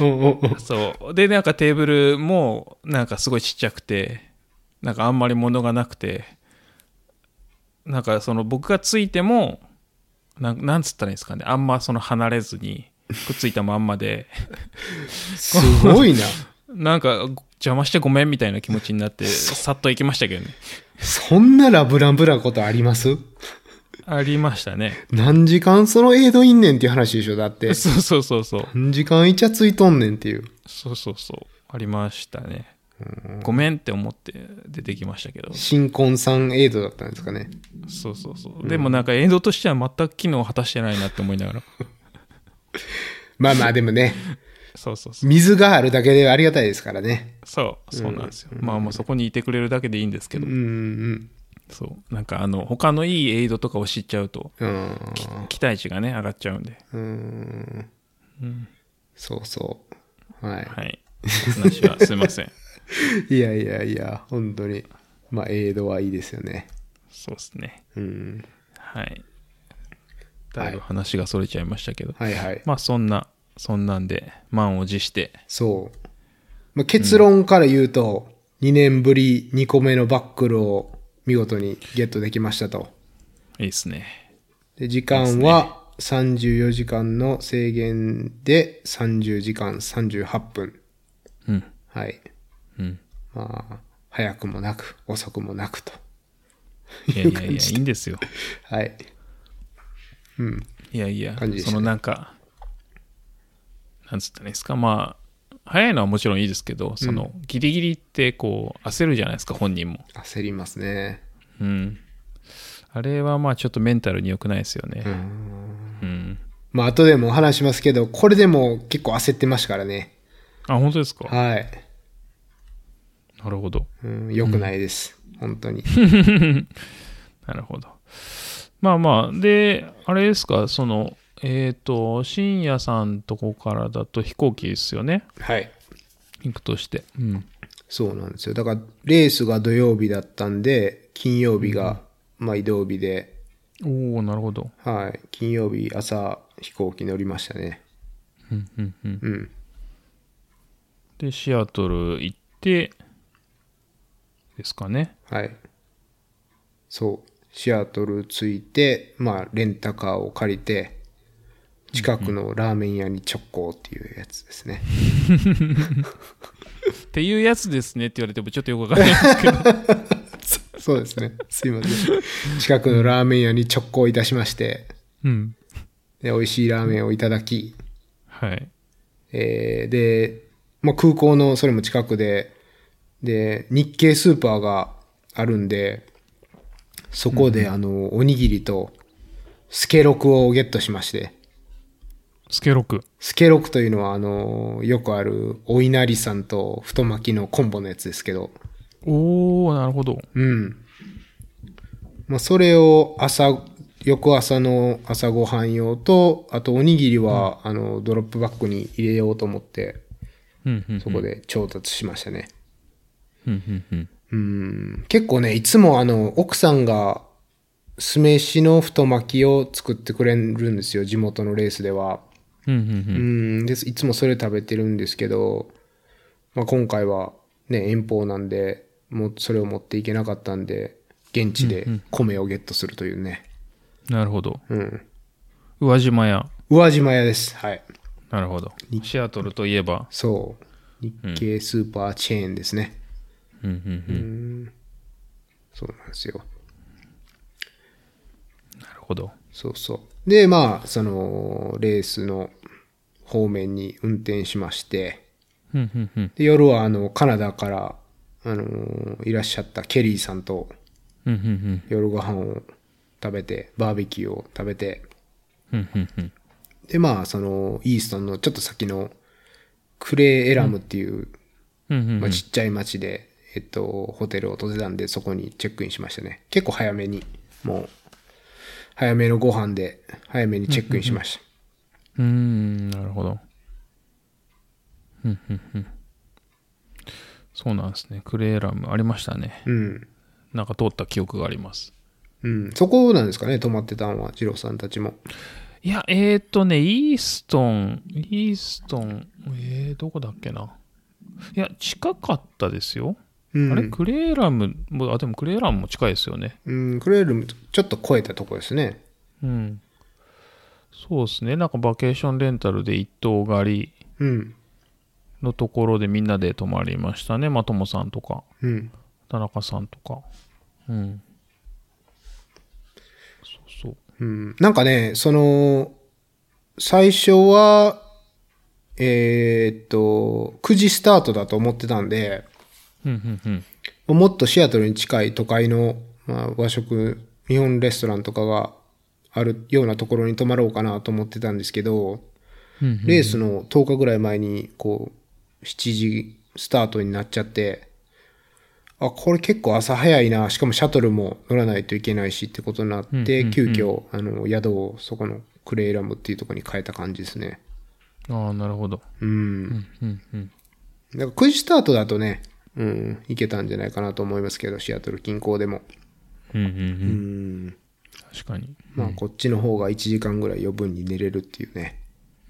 うんうんうん
そう。で、なんかテーブルも、なんかすごいちっちゃくて、なんかあんまり物がなくて、なんかその僕がついても、なんなんつったらいいんですかね、あんまその離れずに、くっついたまんまで、
すごいな。
なんか邪魔してごめんみたいな気持ちになって、さっと行きましたけどね。
そんなラブランブラことあります
ありましたね。
何時間そのエイドいんねんっていう話でしょだっ て。
そうそうそうそう。
何時間イチャついとんねんっていう。
そうそうそう。ありましたね。ごめんって思って出てきましたけど。
新婚さんエイドだったんですかね。
そうそうそう。でもなんか映像としては全く機能を果たしてないなって思いながら。
まあまあでもね、
そうそうそう。
水があるだけでありがたいですからね。
そう、そうなんですよ。まあまあそこにいてくれるだけでいいんですけ
う
ど、
んうん。
そう。なんかあの、他のいいエイドとかを知っちゃうと、
うん。
期待値がね、上がっちゃうんで。
うん。
うん。
そうそう。は
はい。話はすいません。
い。いやいやいや、本当に。まあ、エイドはいいですよね。
そうですね。
うん。
はい。だいぶ話がそれちゃいましたけど。
はいはい。
まあそんな、そんなんで、満を持して。
そう。まあ、結論から言うと、2年ぶり2個目のバックルを見事にゲットできましたと。
いいですね。
で時間は34時間の制限で30時間38分。
うん。
はい。
うん。
まあ、早くもなく、遅くもなくと。
いや いやいや、いいんですよ。
はい。うん。
いやいや、
感じでした
そ
ね
のなんか、なんつったらいいんですか、まあ、早いのはもちろんいいですけど、その、ギリギリってこう、焦るじゃないですか、本人も。
焦りますね。
うん。あれはまあ、ちょっとメンタルに良くないですよね。うん。
まあ、後でも話しますけど、これでも結構焦ってましたからね。
あ、本当ですか。
はい。
なるほど。
うん、良くないです。本当に。
なるほど。まあまあ、で、あれですか、その、えっ、と、深夜さんとこからだと飛行機ですよね。
はい。
行くとして。うん。
そうなんですよ。だから、レースが土曜日だったんで、金曜日が、まあ移動日で、
おおなるほど。
はい。金曜日朝、飛行機乗りましたね。
うんうんうん。
うん。
で、シアトル行って、ですかね。
はい。そう。シアトル着いて、まあ、レンタカーを借りて、近くのラーメン屋に直行っていうやつですね。
っていうやつですねって言われてもちょっとよくわかんないですけど。
そうですね。すいません。近くのラーメン屋に直行いたしまして、
うん。
で美味しいラーメンをいただき、
はい。
えーで、まあ、空港のそれも近くで、で、日系スーパーがあるんで、そこで、あの、おにぎりと、スケロクをゲットしまして、
スケロク。
スケロクというのは、あの、よくある、お稲荷さんと太巻きのコンボのやつですけど、
おおなるほど。
うん。まあ、それを朝、翌朝の朝ごはん用と、あとおにぎりは、あの、ドロップバッグに入れようと思って、
うんうん。
そこで調達しましたね。
うんうんうん。
うん。結構ね、いつもあの、奥さんが、酢飯の太巻きを作ってくれるんですよ、地元のレースでは。
うんうん
うん、です。いつもそれ食べてるんですけど、まあ、今回はね、遠方なんで、もうそれを持っていけなかったんで、現地で米をゲットするというね。
うん。なるほど。
うん。
宇和島屋。
宇和島屋です。はい。
なるほど。シアトルといえば。
そう。日系スーパーチェーンですね。
うんうんうん。
そうなんですよ。
なるほど。
そうそう。で、まあ、その、レースの方面に運転しまして、
うんうんうん。
で夜はあの、カナダから、あのーいらっしゃったケリーさんと
うんうん
夜ご飯を食べて、バーベキューを食べて、
うん。うんうんうん。
で、まあ、その、イーストンのちょっと先の、クレーエラムっていう、
うんうん
まあ、ちっちゃい町で、えっと、ホテルを取ってたんで、そこにチェックインしましたね。結構早めに、もう、早めのご飯で、早めにチェックインしました。
うーん、なるほど。うんうんうん。そうなんですね。クレーラムありましたね。
うん。
なんか通った記憶があります。
うん。そこなんですかね、泊まってたのは、二郎さんたちも。
いや、えーっとね、イーストン、イーストン、えー、どこだっけな。いや、近かったですよ。
うん。
あれ、クレーラムも、あ、でもクレーラムも近いですよね。
うん、クレーエラム、ちょっと超えたとこですね。
うん。そうですね。なんかバケーションレンタルで一棟借り
うん。
のところでみんなで泊まりましたね。まあ、ともさんとか。
うん。
田中さんとか。うん。そうそう。
うん、なんかね、その、最初は、えーっと、9時スタートだと思ってたんで、
うんうんうん。
もっとシアトルに近い都会の、まあ、和食、日本レストランとかがあるようなところに泊まろうかなと思ってたんですけど、
うんうん
レースの10日ぐらい前に、こう、7時スタートになっちゃって、あ、これ結構朝早いな、しかもシャトルも乗らないといけないしってことになって、急遽、あの、宿をそこのクレイラムっていうところに変えた感じですね。
ああ、なるほど。
うん。
うんうんうん。
なんか9時スタートだとね、うん、いけたんじゃないかなと思いますけど、シアトル近郊でも。
うんうんう。
うんん。
確かに。
まあ、こっちの方が1時間ぐらい余分に寝れるっていうね。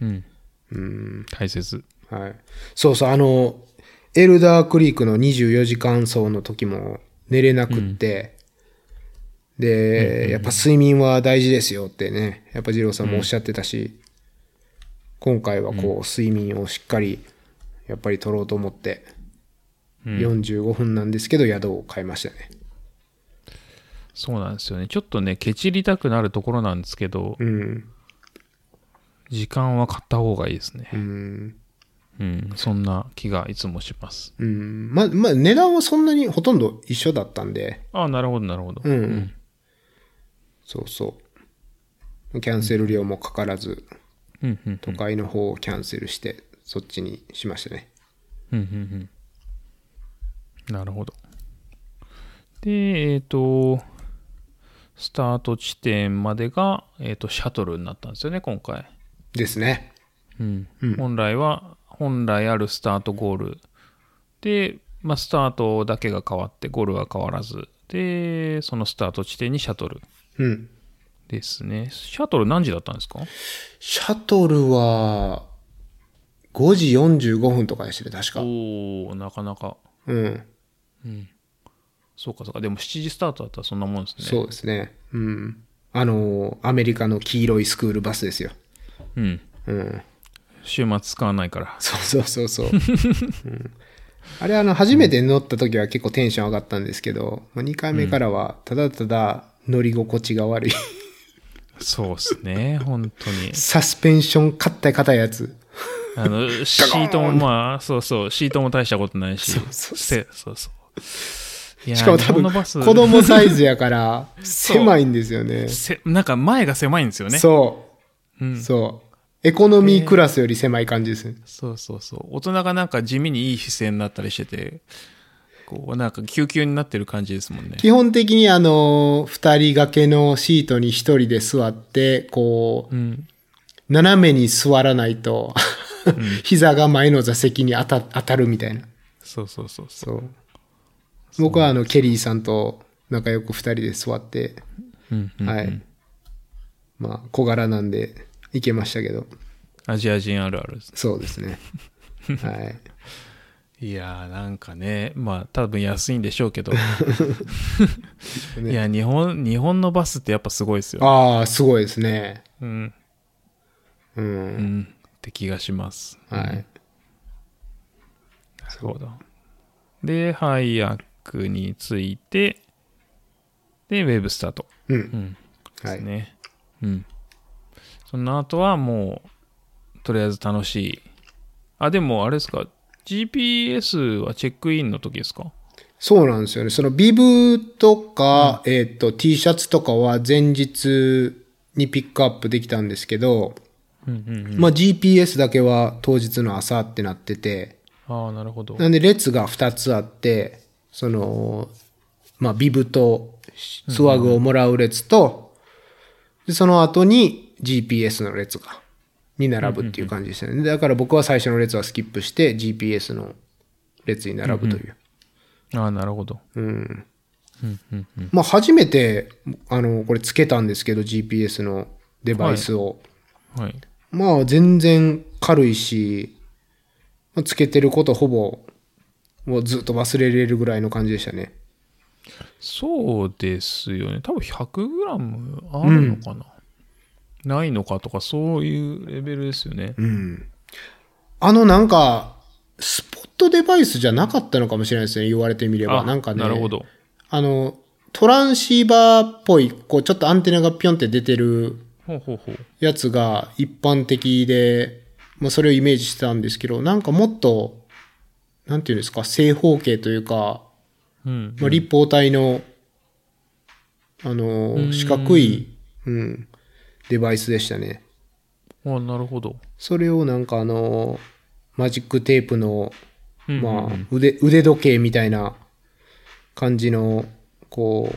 うん。
うん。
大切。
はい。そうそう、あの、エルダークリークの24時間走の時も寝れなくって、で、やっぱ睡眠は大事ですよってね、やっぱ二郎さんもおっしゃってたし、今回はこう、睡眠をしっかり、やっぱり取ろうと思って、45分なんですけど、宿を買いましたね。
そうなんですよね。ちょっとね、ケチりたくなるところなんですけど、
うん。
時間は買った方がいいですね
う。ん。
うん。そんな気がいつもします。
うん。ま、まあ、値段はそんなにほとんど一緒だったんで、
ああ、なるほど、なるほど。
うん。そうそう。キャンセル料もかからず、
うんうん。
都会の方をキャンセルして、そっちにしましたね。
うんうんうん。なるほど。で、えっ、と、スタート地点までが、えー、とシャトルになったんですよね、今回。
ですね。
うん
うん
本来は、本来あるスタートゴールで、まあ、スタートだけが変わって、ゴールは変わらず、で、そのスタート地点にシャトル
うん。
ですね。シャトル何時だったんですか
シャトルは、5時45分とかでしたね、確か。
おおなかなか。
うん。
そうかそうか。でも7時スタートだったらそんなもんですね。
そうですね。うん。あの、アメリカの黄色いスクールバスですよ。
うん。
うん。
週末使わないから。
そうそうそうそう。うんあれ、あの、初めて乗った時は結構テンション上がったんですけど、もう2回目からは、ただただ乗り心地が悪い。
そうです ね、本当に。
サスペンション硬い硬いやつ。
あの、シートもまあ、そうそう、シートも大したことないし。
そうそうそ
せそうそういやー
しかも多
日本
分、
のバス
子供サイズや から、狭いんですよね。
せなんか前が狭いんですよね。そ
そう、
うん
そう。エコノミークラスより狭い感じですね。
うそうそう。大人がなんか地味にいい姿勢になったりしてて、こう、なんか救急になってる感じですもんね。
基本的にあの、二人掛けのシートに一人で座って、こう、
うん。
斜めに座らないと、膝が前の座席に当た当たるみたいな。
そうそうそうそ
そう。僕はあの、ケリーさんと仲良く二人で座って、
う。うん、うん。
はい。まあ、小柄なんで、行けましたけど。
アジア人あるあるです。
そうで すね。はい。
いやー、なんかね、まあ、多分安いんでしょう けど。いや、日本、日本のバスってやっぱすごいですよ。
ああ、すごいですね。
うん。
う。
うんん。って気がします。
はい。
なるほど。で、ハイヤックについて、で、ウェブスタート。
う。
うんん。で
は
す
い。
ね。うん。その後はもう、とりあえず楽しい。あ、でもあれですか、GPS はチェックインの時ですか
そうなんですよね。そのビブとか、えっと、T シャツとかは前日にピックアップできたんですけど、
うんうん。
まあ GPS だけは当日の朝ってなってて、
ああ、なるほど。
なんで列が2つあって、その、まあビブとスワグをもらう列と、でその後に GPS の列が、に並ぶっていう感じですよね。だから僕は最初の列はスキップして GPS の列に並ぶという。
ああ、なるほど。
うん。
うんうんうん。
まあ初めて、あの、これつけたんですけど GPS のデバイスを。
はい。
まあ全然軽いし、まあつけてることほぼ、もうずっと忘れれるぐらいの感じでしたね。
そうですよね。多分 100g あるのかな、ないのかとか、そういうレベルですよね。
うん。あのなんか、スポットデバイスじゃなかったのかもしれないですね、言われてみれば。
あ
なんかね、
なるほど。
あの、トランシーバーっぽい、こうちょっとアンテナがピョンって出てる
ほうほうほう。
やつが一般的で、まあそれをイメージしてたんですけど、なんかもっと、なんていうんですか、正方形というか、
うん。
まあ、立方体の、あのー
うん
四角い、うん、デバイスでしたね。
あなるほど。
それをなんかあのーマジックテープの、
うん
まあ、腕、腕時計みたいな感じの、こ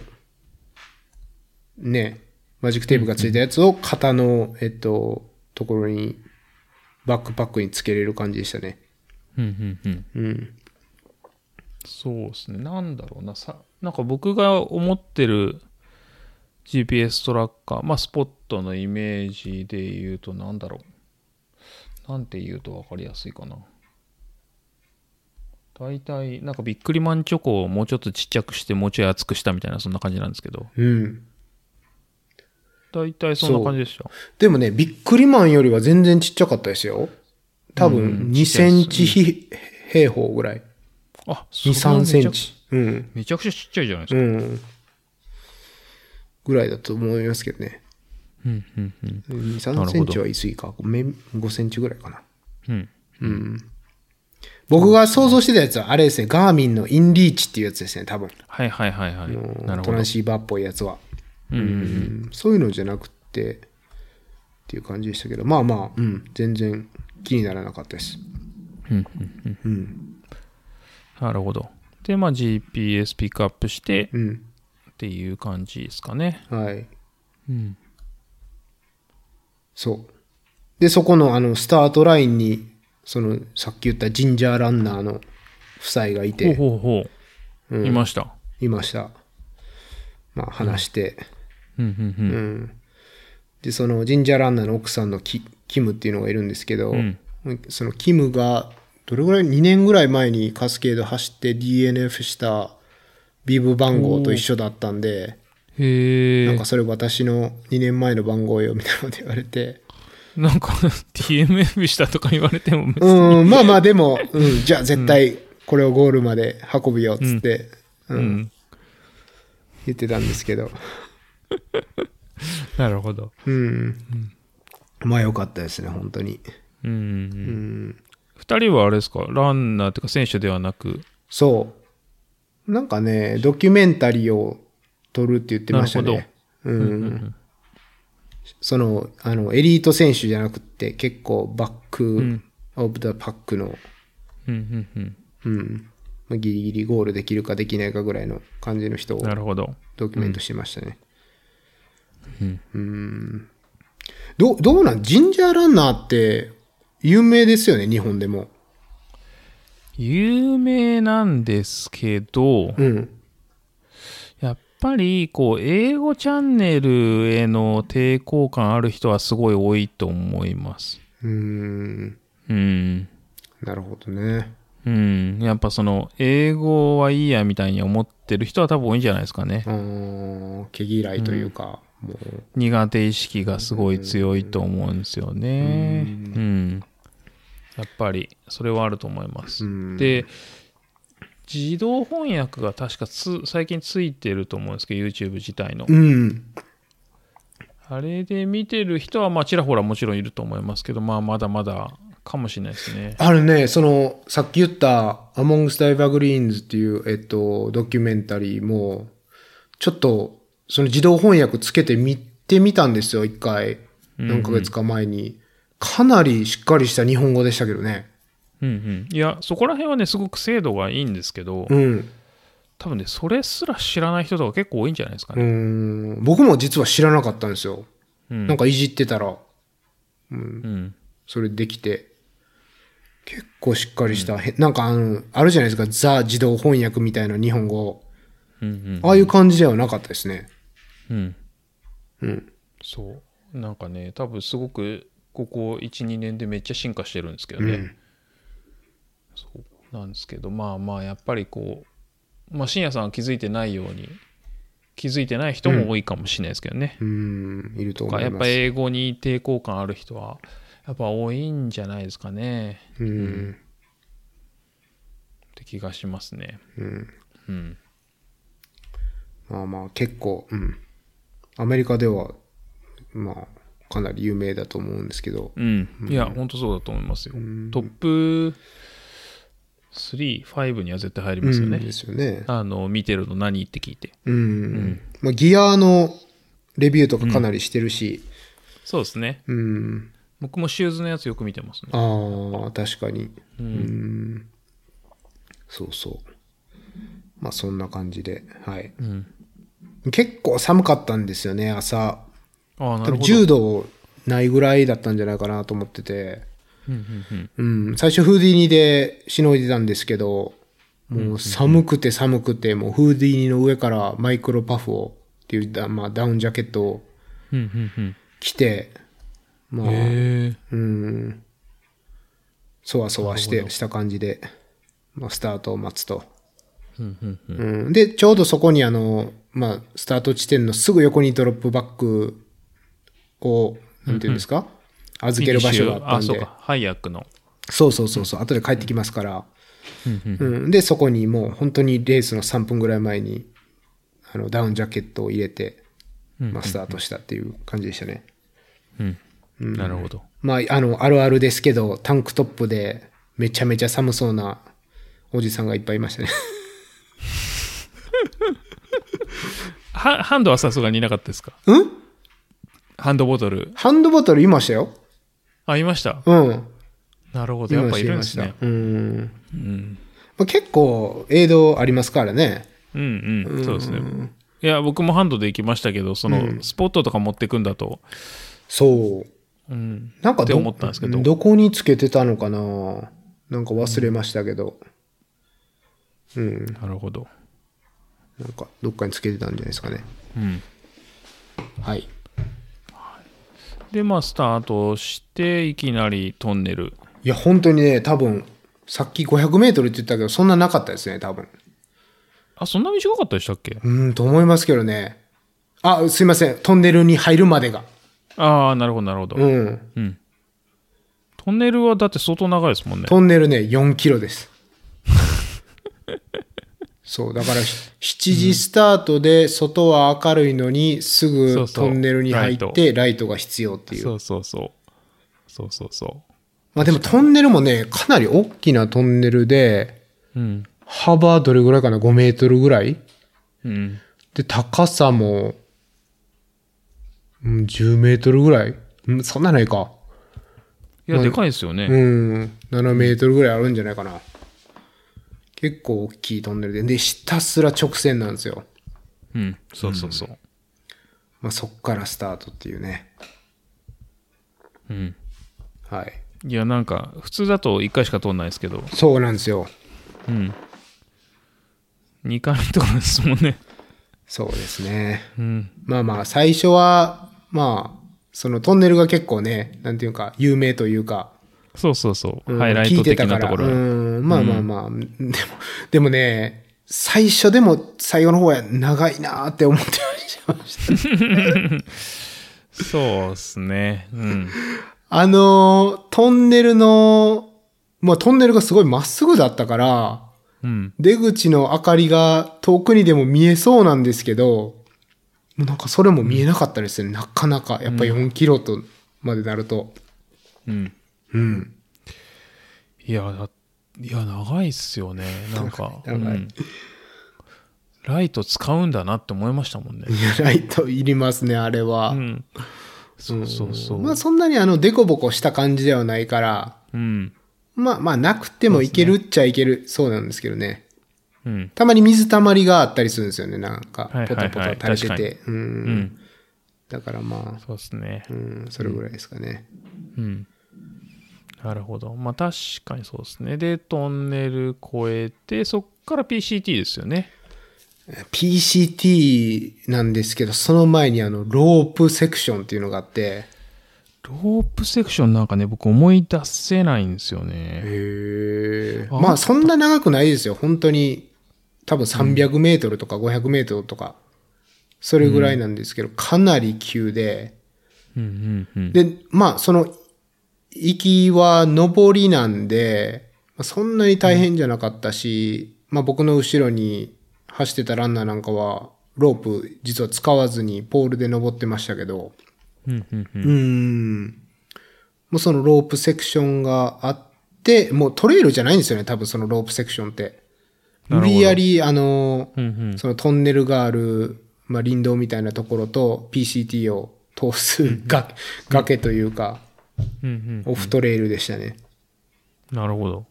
う、ね、マジックテープがついたやつを型の、えっと、ところに、バックパックにつけれる感じでしたね。
うんうんうん。
うん。
そうですね。なんだろうな。さなんか僕が思ってる GPS トラッカー、まあ、スポットのイメージで言うと、なんだろう。なんて言うと分かりやすいかな。大体、なんかビックリマンチョコをもうちょっとちっちゃくして、もうちょい厚くしたみたいな、そんな感じなんですけど、
うん。
大体そんな感じでした。
でもね、ビックリマンよりは全然ちっちゃかったですよ。多
うん
分2センチひ平方ぐらい。
あ、そ
2、
れは
3
めち
セ
ゃ
ン。チ。うん。
めちゃくちゃちっちゃいじゃないです
う
か。
ん。ぐらいだと思いますけどね。
うん、うん、うん。
2、
なるほ
3
ど
センチは言い過ぎか。め5センチぐらいかな。
うん。
うん。僕が想像してたやつは、あれですね、ガーミンのインリーチっていうやつですね、多分。
はいはいはいはい。なるほ
トラ
ど
ン。シーバーっぽいやつは。
うんうんうん
うんそういうのじゃなくて、っていう感じでしたけど、まあまあ、うん、全然気にならなかったです。
うんうんうんなるほど。で、まあ、GPS ピックアップして、
うん。
っていう感じですかね。
はい。
うん。
そう。で、そこのあの、スタートラインに、その、さっき言ったジンジャーランナーの夫妻がい
ほう
て、
ほうほう。
うん
いました。
いました。まあ、話して、
うんう
うんん。で、その、ジンジャーランナーの奥さんのキキムっていうのがいるんですけど、
うん
そのキムが、どれぐらい、2年ぐらい前にカスケード走って DNF したビブ番号と一緒だったんで、
うん。へえ。
なんかそれ私の2年前の番号よみたいなこと言われて、
なんか TMF したとか言われても別に、
うん、まあまあで も、うん、じゃあ絶対これをゴールまで運ぶよっつって、うん
うん
言ってたんですけど、
なるほど。
うん、まあ良かったですね、本当に。
うんうん
う
うん。
ん、
二人はあれですか、ランナーっていうか選手ではなく、
そう。なんかね、ドキュメンタリーを撮るって言ってました
なる
ね。うんその、あの、エリート選手じゃなくて、結構バック
ん
オブザパックの、
うんうん
うん、まあギリギリゴールできるかできないかぐらいの感じの人を
うん。なるほど。
ドキュメントしてましたね。うん。どう、どうなんジンジャーランナーって有名ですよね、日本でも。
有名なんですけど、
うん。
やっぱり、こう、英語チャンネルへの抵抗感ある人はすごい多いと思います。
うーん。
うん。
なるほどね。
うん。やっぱその、英語はいいやみたいに思ってる人は多分多いんじゃないですかね
あ。ー毛嫌いというか、もう。
苦手意識がすごい強いと思うんですよね。
う
うん。やっぱり、それはあると思います
う。ん、
で、自動翻訳が確かつ最近ついてると思うんですけど、YouTube 自体の
う。ん。
あれで見てる人は、まあ、ちらほらもちろんいると思いますけど、まあ、まだまだかもしれないですね。
あるね、その、さっき言った、アモングス・ダイバー・グリーンズっていう、えっと、ドキュメンタリーも、ちょっと、その自動翻訳つけて見てみたんですよ、一回。何ヶ月か前に。かなりしっかりした日本語でしたけどね。
うんうん。いや、そこら辺はね、すごく精度がいいんですけど、
うん。
多分ね、それすら知らない人とか結構多いんじゃないですか
う
ね。
ん。僕も実は知らなかったんですよ。
うん。
なんかいじってたら、
うん。
それできて。結構しっかりした。へなんかあの、あるじゃないですか、ザ自動翻訳みたいな日本語。
うんうん。
ああいう感じではなかったですね。
うん。
うん。
そう。なんかね、多分すごく、ここ1、2年でめっちゃ進化してるんですけどね。
うん
そうなんですけど、まあまあ、やっぱりこう、まあ、深夜さんは気づいてないように、気づいてない人も多いかもしれないですけどね。
うん、いると思
や
い
っ
ま
ぱ
す。
英語に抵抗感ある人はやっぱ多いんじゃないですかね
うん。
って気がしますね
うん。
うん
まあまあ、結構、うん。アメリカでは、まあ、かなり有名だと思うんですけど。
うん、いや本当そうだと思いますよ、トップ35には絶対入りますよね、
うんですよね。
あの見てるの何って聞いて
うん。まあ、ギアのレビューとかかなりしてるし、
そうですね
うん。
僕もシューズのやつよく見てますね
ああ、確かに。
うん
うん。そうそう。まあ、そんな感じで。はい。
うん
結構寒かったんですよね、朝。
ああなる
多分
ほど
10度ないぐらいだったんじゃないかなと思ってて。
うんうんうん
うん、最初フーディーニでしのいでたんですけど、もう寒くて寒くて、もうフーディーニの上からマイクロパフをっていうダ,、まあ、ダウンジャケットを
うんうん
着て、ま
うん
あ、
へえ
うん、そわそわして、した感じで、まあ、スタートを待つと。
うんうんうん
うん、で、ちょうどそこにあの、まあ、スタート地点のすぐ横にドロップバックを、なんていうんですか、預ける場所があったん
フィニッシュあそう
で
か。ハイヤックの
そうそうそうそう、後で帰ってきますから。
うんうん
うん、で、そこにもう本当にレースの3分ぐらい前に、あの、ダウンジャケットを入れて、
うん
まあ、スタートしたっていう感じでしたね。
うん、なるほど
まあ、あの、あるあるですけど、タンクトップで、めちゃめちゃ寒そうなおじさんがいっぱいいまし たね。
はハンドはさすがにいなかったですか
うん
ハンドボトル。
ハンドボトルいましたよ。
あ、いました。
うん。
なるほど。やっぱいるんです
いま
ね
し。たうん。
うん。
まあ、結構、映像ありますからね。
うんうん。そうですね。いや、僕もハンドで行きましたけど、その、スポットとか持ってくんだと、
そ
う
う。
ん。
なんか
って思ったんですけど
こにつけてたのかななんか忘れましたけど。うん、
なるほど。
なんかどっかにつけてたんじゃないですかね。
うん。
はい。
で、まあ、スタートして、いきなりトンネル。
いや、本当にね、多分、さっき500メートルって言ったけど、そんななかったですね、多分。
あ、そんな短かったでしたっけ
うん、と思いますけどね。あ、すいません。トンネルに入るまでが。
ああ、なるほど、なるほど。
うん。
うん。トンネルはだって相当長いですもんね。
トンネルね、4キロです。 そう、だから、7時スタートで、外は明るいのに、す
そ
ぐ
うそう
トンネルに入っ
ライ
て、ライトが必要っていう。
そうそうそう。そうそうそ
まあでもトンネルもね、かなり大きなトンネルで、
う。うん。
幅どれぐらいかな ?5 メートルぐらい
うん。
で、高さも、うん、10メートルぐらいうん、そんなないか。
いや、でかいですよね。
うん、7メートルぐらいあるんじゃないかな。結構大きいトンネルで、で、ひたすら直線なんですよ。
うん。そうそうそう。
まあそっからスタートっていうね。
うん。
はい。
いや、なんか、普通だと1回しか通んないですけど、
そうなんですよ。
うん。2回目とかですもんね。
そうですね。
うん。
まあまあ、最初は、まあ、そのトンネルが結構ね、なんていうか、有名というか、
そうそうそう。
うん
ハイライ
聞
ト
いて
的
たか
な
ら
ところ。
うん、まあまあまあ、でも、でもね、最初でも最後の方は長いなーって思ってました。
そうですね。うん。
あのー、トンネルの、まあトンネルがすごいまっすぐだったから、
うん。
出口の明かりが遠くにでも見えそうなんですけど、もうなんかそれも見えなかったですね。なかなか、やっぱ4キロと、までなると。
うん。
うん。
いや、だいや、長いっすよね。なんか、
長い長い
うんライト使うんだなって思いましたもんね。
いやライトいりますね、あれは。
うん。そうそうそう。
まあそんなにあの、デコボコした感じではないから、
うん。
まあまあなくてもいけるっちゃいける、そうなんですけどね。
うん。
たまに水たまりがあったりするんですよね、なんか
はいはいは。い
ポタポタ垂れて
確
て。うん
うん。
だからまあ、
そうですね
う。ん、それぐらいですかね。
うん。なるほど。まあ確かにそうですね。で、トンネル越えて、そっから PCT ですよね。
PCT なんですけど、その前にあの、ロープセクションっていうのがあって、
ロープセクションなんかね、僕思い出せないんですよね。
へ
あ
まあそんな長くないですよ、本当に。多分300メートルとか500メートルとか、それぐらいなんですけど、かなり急で、
うんうんうん。
で、まあ、その、行きは上りなんで、まあそんなに大変じゃなかったし、まあ僕の後ろに走ってたランナーなんかは、ロープ実は使わずにポールで登ってましたけど、
うんうんうん
うーん。もうそのロープセクションがあって、もうトレイルじゃないんですよね、多分そのロープセクションって。無理やり、あの、
うんうん。
そのトンネルがある、まあ、林道みたいなところと PCT を通すが崖というか、
うん
オフトレイルでしたね。
うん。なるほど。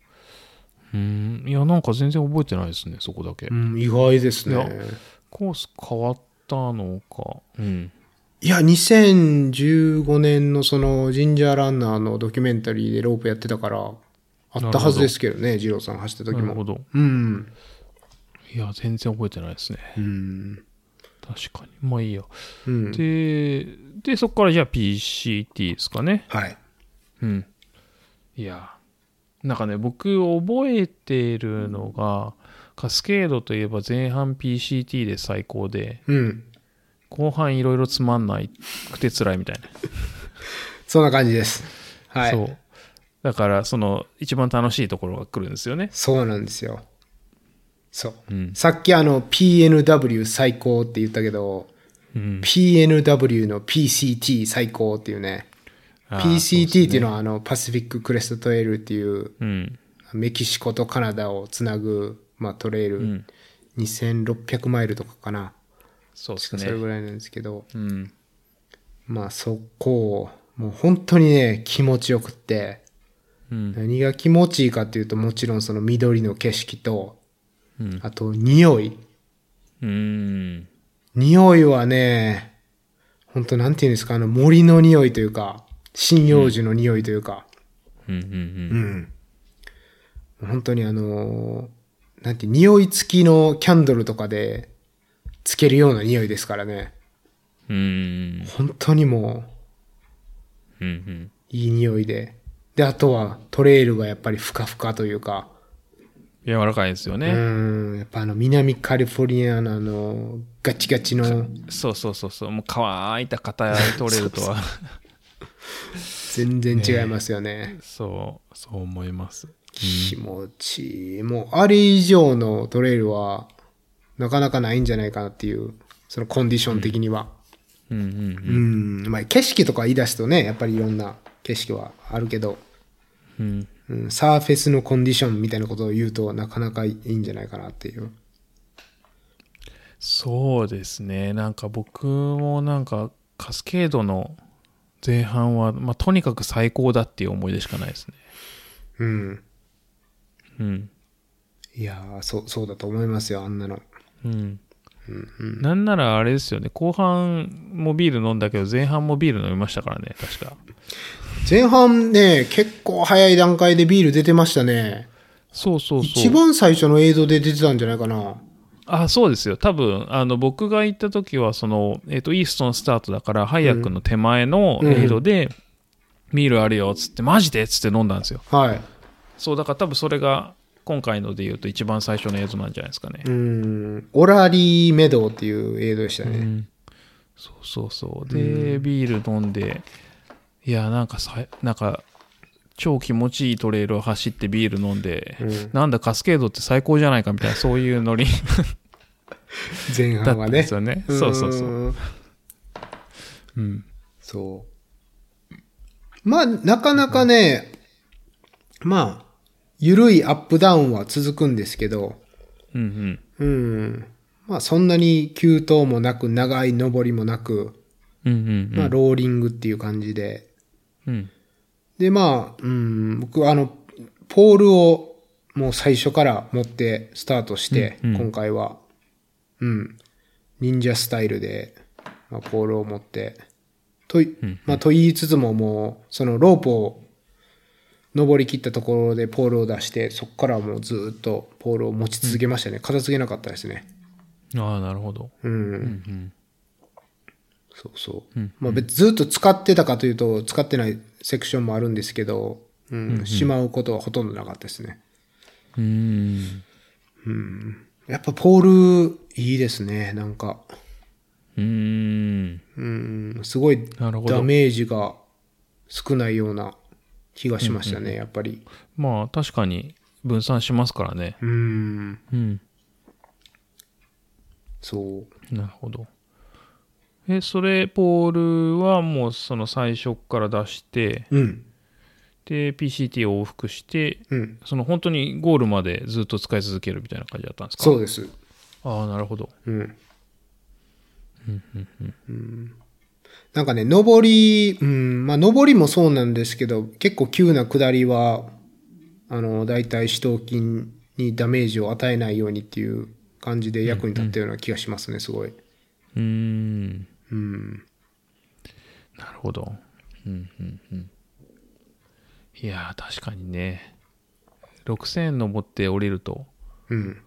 うん。いや、なんか全然覚えてないですね、そこだけ。
うん、意外です
いや
ね。
コース変わったのか。うん。
いや、2015年のそのジンジャーランナーのドキュメンタリーでロープやってたから、あったはずですけどね、二郎さん走った
な
時
るほ
も。
ど。
うん。
いや、全然覚えてないですね。
うん。
確かに。まあいいや。
うん。
で、で、そこからじゃあ PCT ですかね。
はい。
うん。いや、なんかね、僕覚えてるのが、カスケードといえば前半 PCT で最高で、
うん。
後半いろいろつまんないくて辛いみたいな。
そんな感じです。はい。そ
そうう。だから、その、一番楽しいところが来るんですよね。
なんですよ。そう。
うん。
さっきあの PNW 最高って言ったけど、
うん、
PNW の PCT 最高っていうね。
あー
PCT っていうのはあのパシフィッククレストトレイルっていう
うん。
メキシコとカナダをつなぐ、まあ、トレイル、
ん
2600マイルとかかな。
そうで
そ
す
れ
ね。
ぐらいなんですけど、
うん。
まあそこを、もう本当にね、気持ちよくって、
うん。
何が気持ちいいかっていうともちろんその緑の景色と、
うん。
あと匂い。
うん。
匂いはね、本当なんていうんですか、あの森の匂いというか、針葉樹の匂いというか、
うんうんうん
うん。本当にあのー、なんて、匂い付きのキャンドルとかでつけるような匂いですからね。
うーん
本当にも
うんうん
う、いい匂いで。で、あとはトレイルがやっぱりふかふかというか、
柔らかいですよ
う
ね。
ん、やっぱあの南カリフォルニアのあの、ガチガチの、
そうそうそうそう。もう乾いた硬い取れるとは。
全然違いますよね。
そう、そう思います。
気持ちいい。もう、あれ以上のトレイルは、なかなかないんじゃないかなっていう、そのコンディション的には。
うんうん
うん、まあ景色とか言い出すとね、やっぱりいろんな景色はあるけど、
うん。
うん、サーフェスのコンディションみたいなことを言うとなかなかいいんじゃないかなっていう。
そうですね。なんか僕もなんかカスケードの前半は、まあ、とにかく最高だっていう思い出しかないですね。
うん。
うん。
いやー、そう、そうだと思いますよ、あんなの。
うん。なんならあれですよね。後半もビール飲んだけど、前半もビール飲みましたからね、確か。
前半ね、結構早い段階でビール出てましたね。
そうそうそう。
一番最初の映像で出てたんじゃないかな。
あそうですよ多分あの僕が行った時はその、えっとイーストンスタートだから、ハイヤックの手前の
うん
エイドで、ビールあるよっつってマジでっつって飲んだんですよ
はい。
そうだから多分それが今回ので言うと一番最初の映像なんじゃないですかね、
うん、オラリーメドウっていう映像でしたね。
そうそうそうで、ビール飲んでいやなんかさなんか超気持ちいいトレイルを走ってビール飲んで、
うん
なんだカスケードって最高じゃないかみたいなそういうノリ
前
だっ
半
た
は
んで
ね
す。よねそうそうそう、
ん
うん、
そう。まあ、なかなかね、まあ、ゆるいアップダウンは続くんですけど、
うんうん
うん。まあ、そんなに急騰もなく、長い上りもなく、
うんうん
まあ、ローリングっていう感じで。
うん
で、まあ、うん、僕、あの、ポールをもう最初から持ってスタートして、
うんうん
今回は、うん、忍者スタイルで、まあ、ポールを持って、とい、
うん
まあ、と言いつつももう、そのロープを登り切ったところでポールを出して、そこからはもうずーっとポールを持ち続けましたね。片付けなかったですね。
ああなるほど
うん
うん
そうそう。
うん
まあ別ずっと使ってたかというと、使ってないセクションもあるんですけど、うん、しまうことはほとんどなかったですね。
うーん
うん。やっぱポールいいですね、なんか。
うーん
うん、すごい
なるほ
ダ
ど
メージが少ないような気がしましたね、やっぱり。
まあ確かに分散しますからね
うん、
うん
そう。
なるほどえそれポールはもうその最初から出して
うん、
で PCT を往復して
うん。
その本当にゴールまでずっと使い続けるみたいな感じだったんですか
そうです。
ああなるほど
うん。なんかね、上り、うん、まあ、上りもそうなんですけど、結構急な下りは、あの、大体死闘筋にダメージを与えないようにっていう感じで役に立ったような気がしますね、すごい。
うーん
うん。
なるほどうんうんうんいやー確かにね6000登って降りると
うん。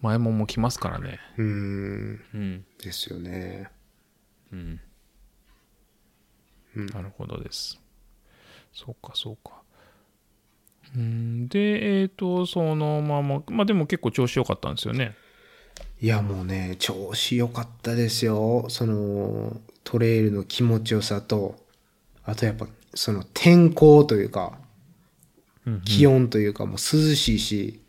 前もんも来ますからね。
うん。
うん。
ですよね。
うん。なるほどです。そうか、そうか。うん、で、えっ、と、そのまま、まあでも結構調子良かったんですよね。
いや、もうね、調子良かったですよ。その、トレイルの気持ちよさと、あとやっぱ、その天候というか、
うん
気温というか、もう涼しいし、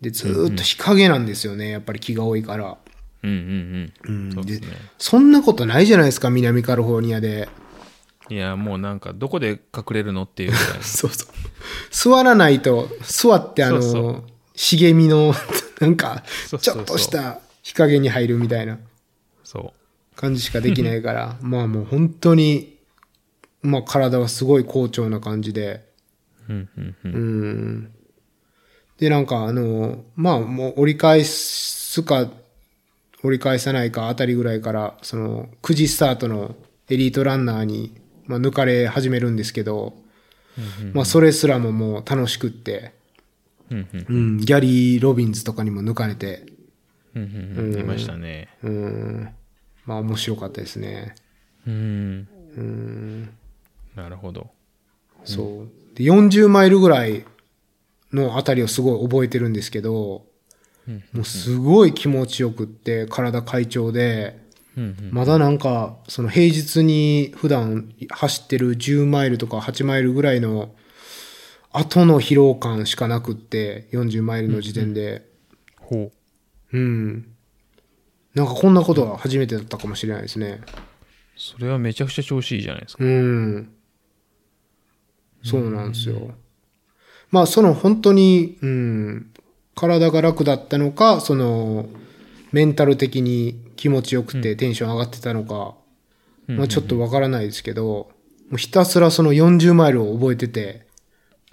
で、ずーっと日陰なんですよね、やっぱり気が多いから。
うんうんう
う、
んそうです
で
ね。
そんなことないじゃないですか、南カリフォルニア で。
いや、もうなんか、どこで隠れるのっていうぐらい。
そうそう。座らないと、座ってあの、
そうそう
茂みの、 なんか
そう、
ち
そうそ
ょ
う
っとした日陰に入るみたいな
そ
感じしかできないから、まあもう本当に、まあ体はすごい好調な感じで、
う。うんうんうん。
うん。で、なんかあの、まあもう折り返すか、折り返さないかあたりぐらいから、その、9時スタートのエリートランナーに、まあ、抜かれ始めるんですけど、まあ、それすらももう楽しくって、
うんうん
うん、ギャリー・ロビンズとかにも抜かれて、
うんうんうん。いましたね。
うん、まあ、面白かったですね。
うん。なるほど。
そう。で、40マイルぐらいのあたりをすごい覚えてるんですけど、
うん
もうすごい気持ちよくって、体快調で、
うんうん。
まだなんか、その平日に普段走ってる10マイルとか8マイルぐらいの後の疲労感しかなくって、40マイルの時点で。
ほう。
うん。なんかこんなことは初めてだったかもしれないですね。
それはめちゃくちゃ調子いいじゃないですか。
うん。そうなんですよ。まあ、その本当に、うん、体が楽だったのか、その、メンタル的に気持ちよくてテンション上がってたのか、
うん
まあちょっとわからないですけど、もうひたすらその40マイルを覚えてて、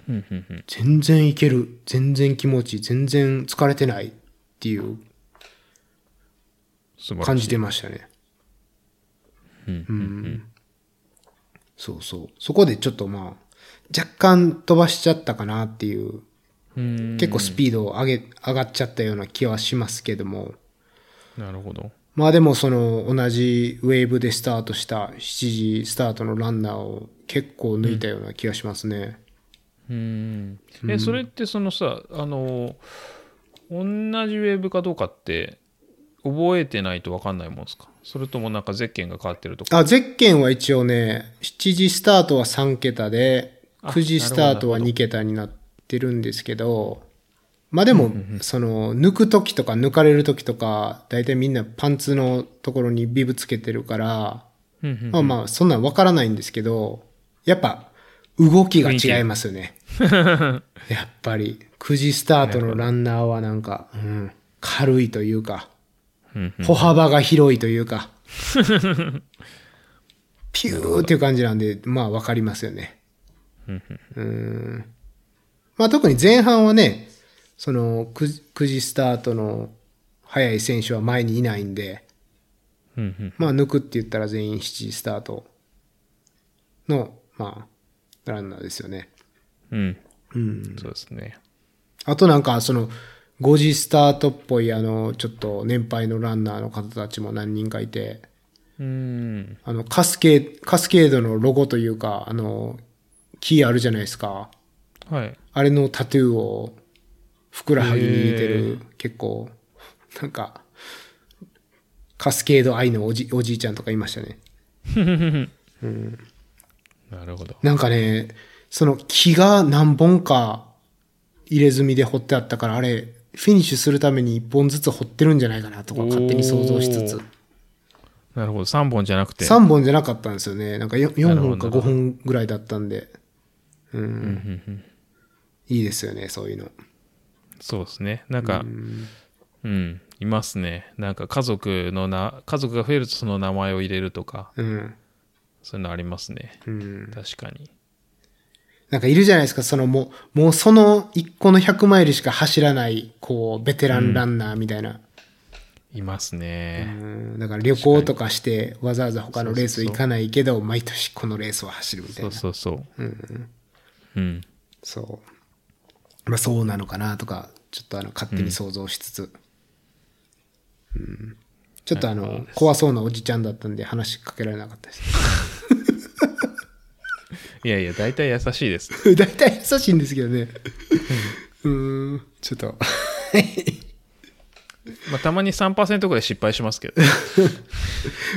うんうんうん。
全然いける、全然気持ちいい、全然疲れてないっていう
素晴らしい。
感じてましたね。
うん
うんそうそう。そこでちょっとまあ、若干飛ばしちゃったかなっていう、
うん。
結構スピードを上げ、上がっちゃったような気はしますけども。
なるほど。
まあでもその同じウェーブでスタートした7時スタートのランナーを結構抜いたような気がしますね。
うん。え、それってそのさ、あの、同じウェーブかどうかって、覚えてないと分かんないもんですかそれともなんかゼッケンが変わってるとか。
あ、ゼッケンは一応ね、7時スタートは3桁で、
あ
9時スタートは
なるほど
2桁になってるんですけど、まあでも、その、抜く時とか抜かれる時とか、大体みんなパンツのところにビブつけてるから、
うんうん
まあまあ、そんなんわからないんですけど、やっぱ、動きが違います よね。やっぱり、9時スタートのランナーはなんか、うん、軽いというか、
うん
歩幅が広いというか、ピューっていう感じなんで、まあわかりますよね。うん。まあ特に前半はね、その 9, 9時スタートの速い選手は前にいないんで、
うんうん。
まあ抜くって言ったら全員7時スタートの、まあ、ランナーですよね。
うん。
うん。
そうですね。
あとなんか、その、5時スタートっぽい、あの、ちょっと年配のランナーの方たちも何人かいて、
うん。
あの、カスケー、カスケードのロゴというか、あの、木あるじゃないですか。
はい。
あれのタトゥーを、ふくらはぎに入れて
へ
る、結構、なんか、カスケード愛のおじ、おじいちゃんとかいましたね。
なるほど。
なんかね、その木が何本か入れ墨で掘ってあったから、あれ、フィニッシュするために1本ずつ掘ってるんじゃないかなとか、勝手に想像しつつ。
なるほど。3本じゃなくて。
3本じゃなかったんですよね。なんか 4,
なるほど
本か5本ぐらいだったんで。うん。いいですよね、そういうの。
そうですね。なんか、うん、いますね。なんか家族のな、家族が増えるとその名前を入れるとか、
うん。
そういうのありますね。
うん。
確かに。
なんかいるじゃないですか、そのもう、もうその1個の100マイルしか走らない、こう、ベテランランナーみたいな。
いますね。
うんだから旅行とかして、わざわざ他のレース行かないけど、毎年このレースを走るみたい
そう
な。
そうそう。うん、うん。
そう。まあそうなのかなとか、ちょっとあの、勝手に想像しつつ。うん。ちょっとあの、怖そうなおじちゃんだったんで話しかけられなかったです。
いやいや、大体優しいです。
大体優しいんですけどね。うん、ん、ちょっと。
まあ、たまに3%ぐらい失敗しますけど。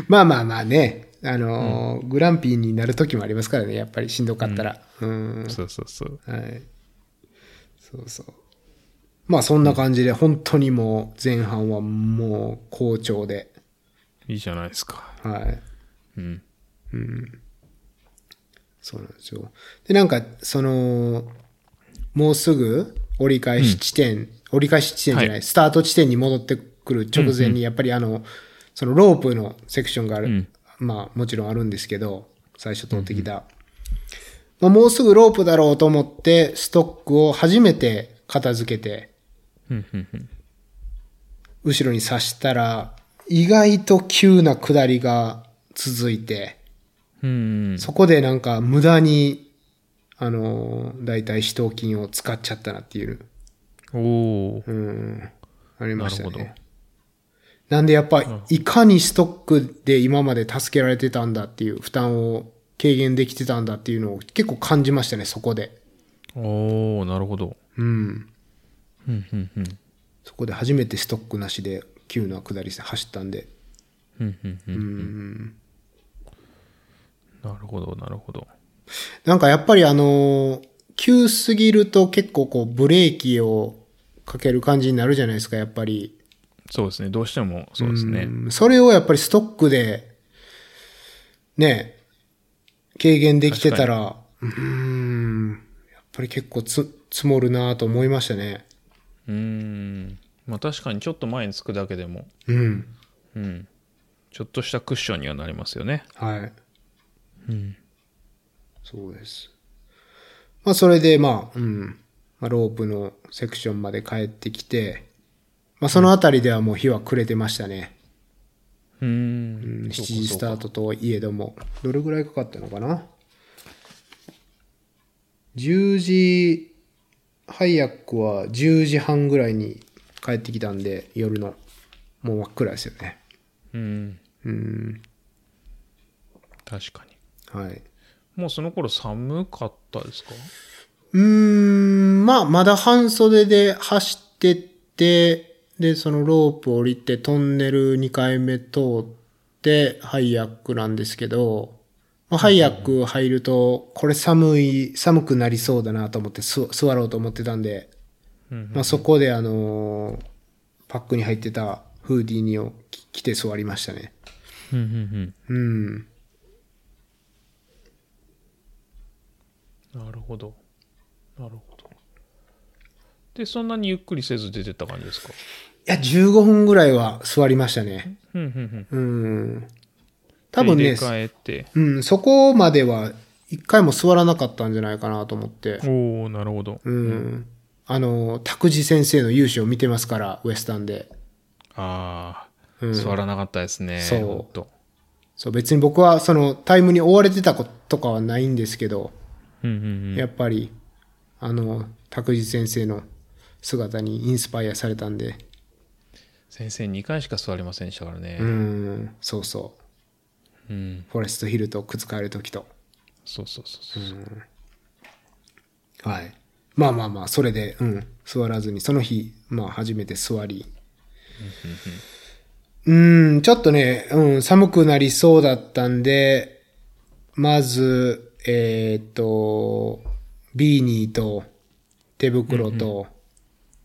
まあまあまあね、あのー、グランピーになる時もありますからね、やっぱりしんどかったら。うん
そうそうそう。
はい。そうそう。まあそんな感じで、本当にもう前半はもう好調で、
いいじゃないですか。
はい。
うん。
そうなんですよ。で、なんか、その、もうすぐ折り返し地点、折り返し地点じゃない、
は
スタート地点に戻ってくる直前に、やっぱりあの、そのロープのセクションがある、
ん
まあもちろんあるんですけど、最初通ってきた。まあ、もうすぐロープだろうと思って、ストックを初めて片付けて、
うんうんうん。
後ろに刺したら、意外と急な下りが続いて、
うん。
そこでなんか無駄に、あのー、だいたい死闘金を使っちゃったなっていう、
おおー。
うん、ありました
なる
ね。なんでやっぱ、いかにストックで今まで助けられてたんだっていう、負担を軽減できてたんだっていうのを結構感じましたね、そこで。
おおなるほど。
うん。
うん、うん、うん。
そこで初めてストックなしで急な下りで走ったんで。
うん、うん、う。
うんん。
なるほど、なるほど。
なんかやっぱりあのー急すぎると結構こうブレーキをかける感じになるじゃないですか、やっぱり。
そうですね。どうしてもそうですね。
んそれをやっぱりストックで、ね、軽減できてたら、うーん、やっぱり結構つ積もるなと思いましたね。
うーん。まあ確かにちょっと前につくだけでも、
うん。
うん。ちょっとしたクッションにはなりますよね。
はい。
うん。
そうです。まあ、それで、まあ、うん。まあ、ロープのセクションまで帰ってきて、まあ、そのあたりではもう日は暮れてましたね。
うーん
うん、7
そうか
時
そう
ス
か
タートといえども。どれぐらいかかったのかな ?10 時、早くは10時半ぐらいに帰ってきたんで、夜の、もう真っ暗ですよね。
うん。
うん。
確かに。
はい。
もうその頃寒かったですか
うーん、まあ、まだ半袖で走ってって、で、そのロープ降りて、トンネル2回目通って、ハイヤックなんですけど、まあ、ハイヤック入ると、これ寒い、寒くなりそうだなと思って、す座ろうと思ってたんで、
うん。
まあ、そこであのーパックに入ってたフーディーニを着着て座りましたね。
うん、うん、
うん。
うん。なるほど。なるほど。で、そんなにゆっくりせず出てった感じですか
いや、15分ぐらいは座りましたね。
うん、うん、うん。
うん。多分ね
で、入れ替えて。
うん、そこまでは一回も座らなかったんじゃないかなと思って。
おおなるほど。
うん。あの、拓司先生の勇姿を見てますから、ウエスタンで。
ああ、
うん
座らなかったですね。
そう
ほんと
そう、別に僕はそのタイムに追われてたことかはないんですけど、
うん、うん、
やっぱり、あの、拓司先生の姿にインスパイアされたんで、
先生2回しか座りませんでしたからね
う。ん、そうそう。
うん。
フォレストヒルとくっつかれるときと。
そうそうそうそう。
はい。まあまあまあ、それで、うん、座らずに、その日、まあ初めて座り。うん、ちょっとね、うん、寒くなりそうだったんで、まず、えーっと、ビーニーと、手袋と、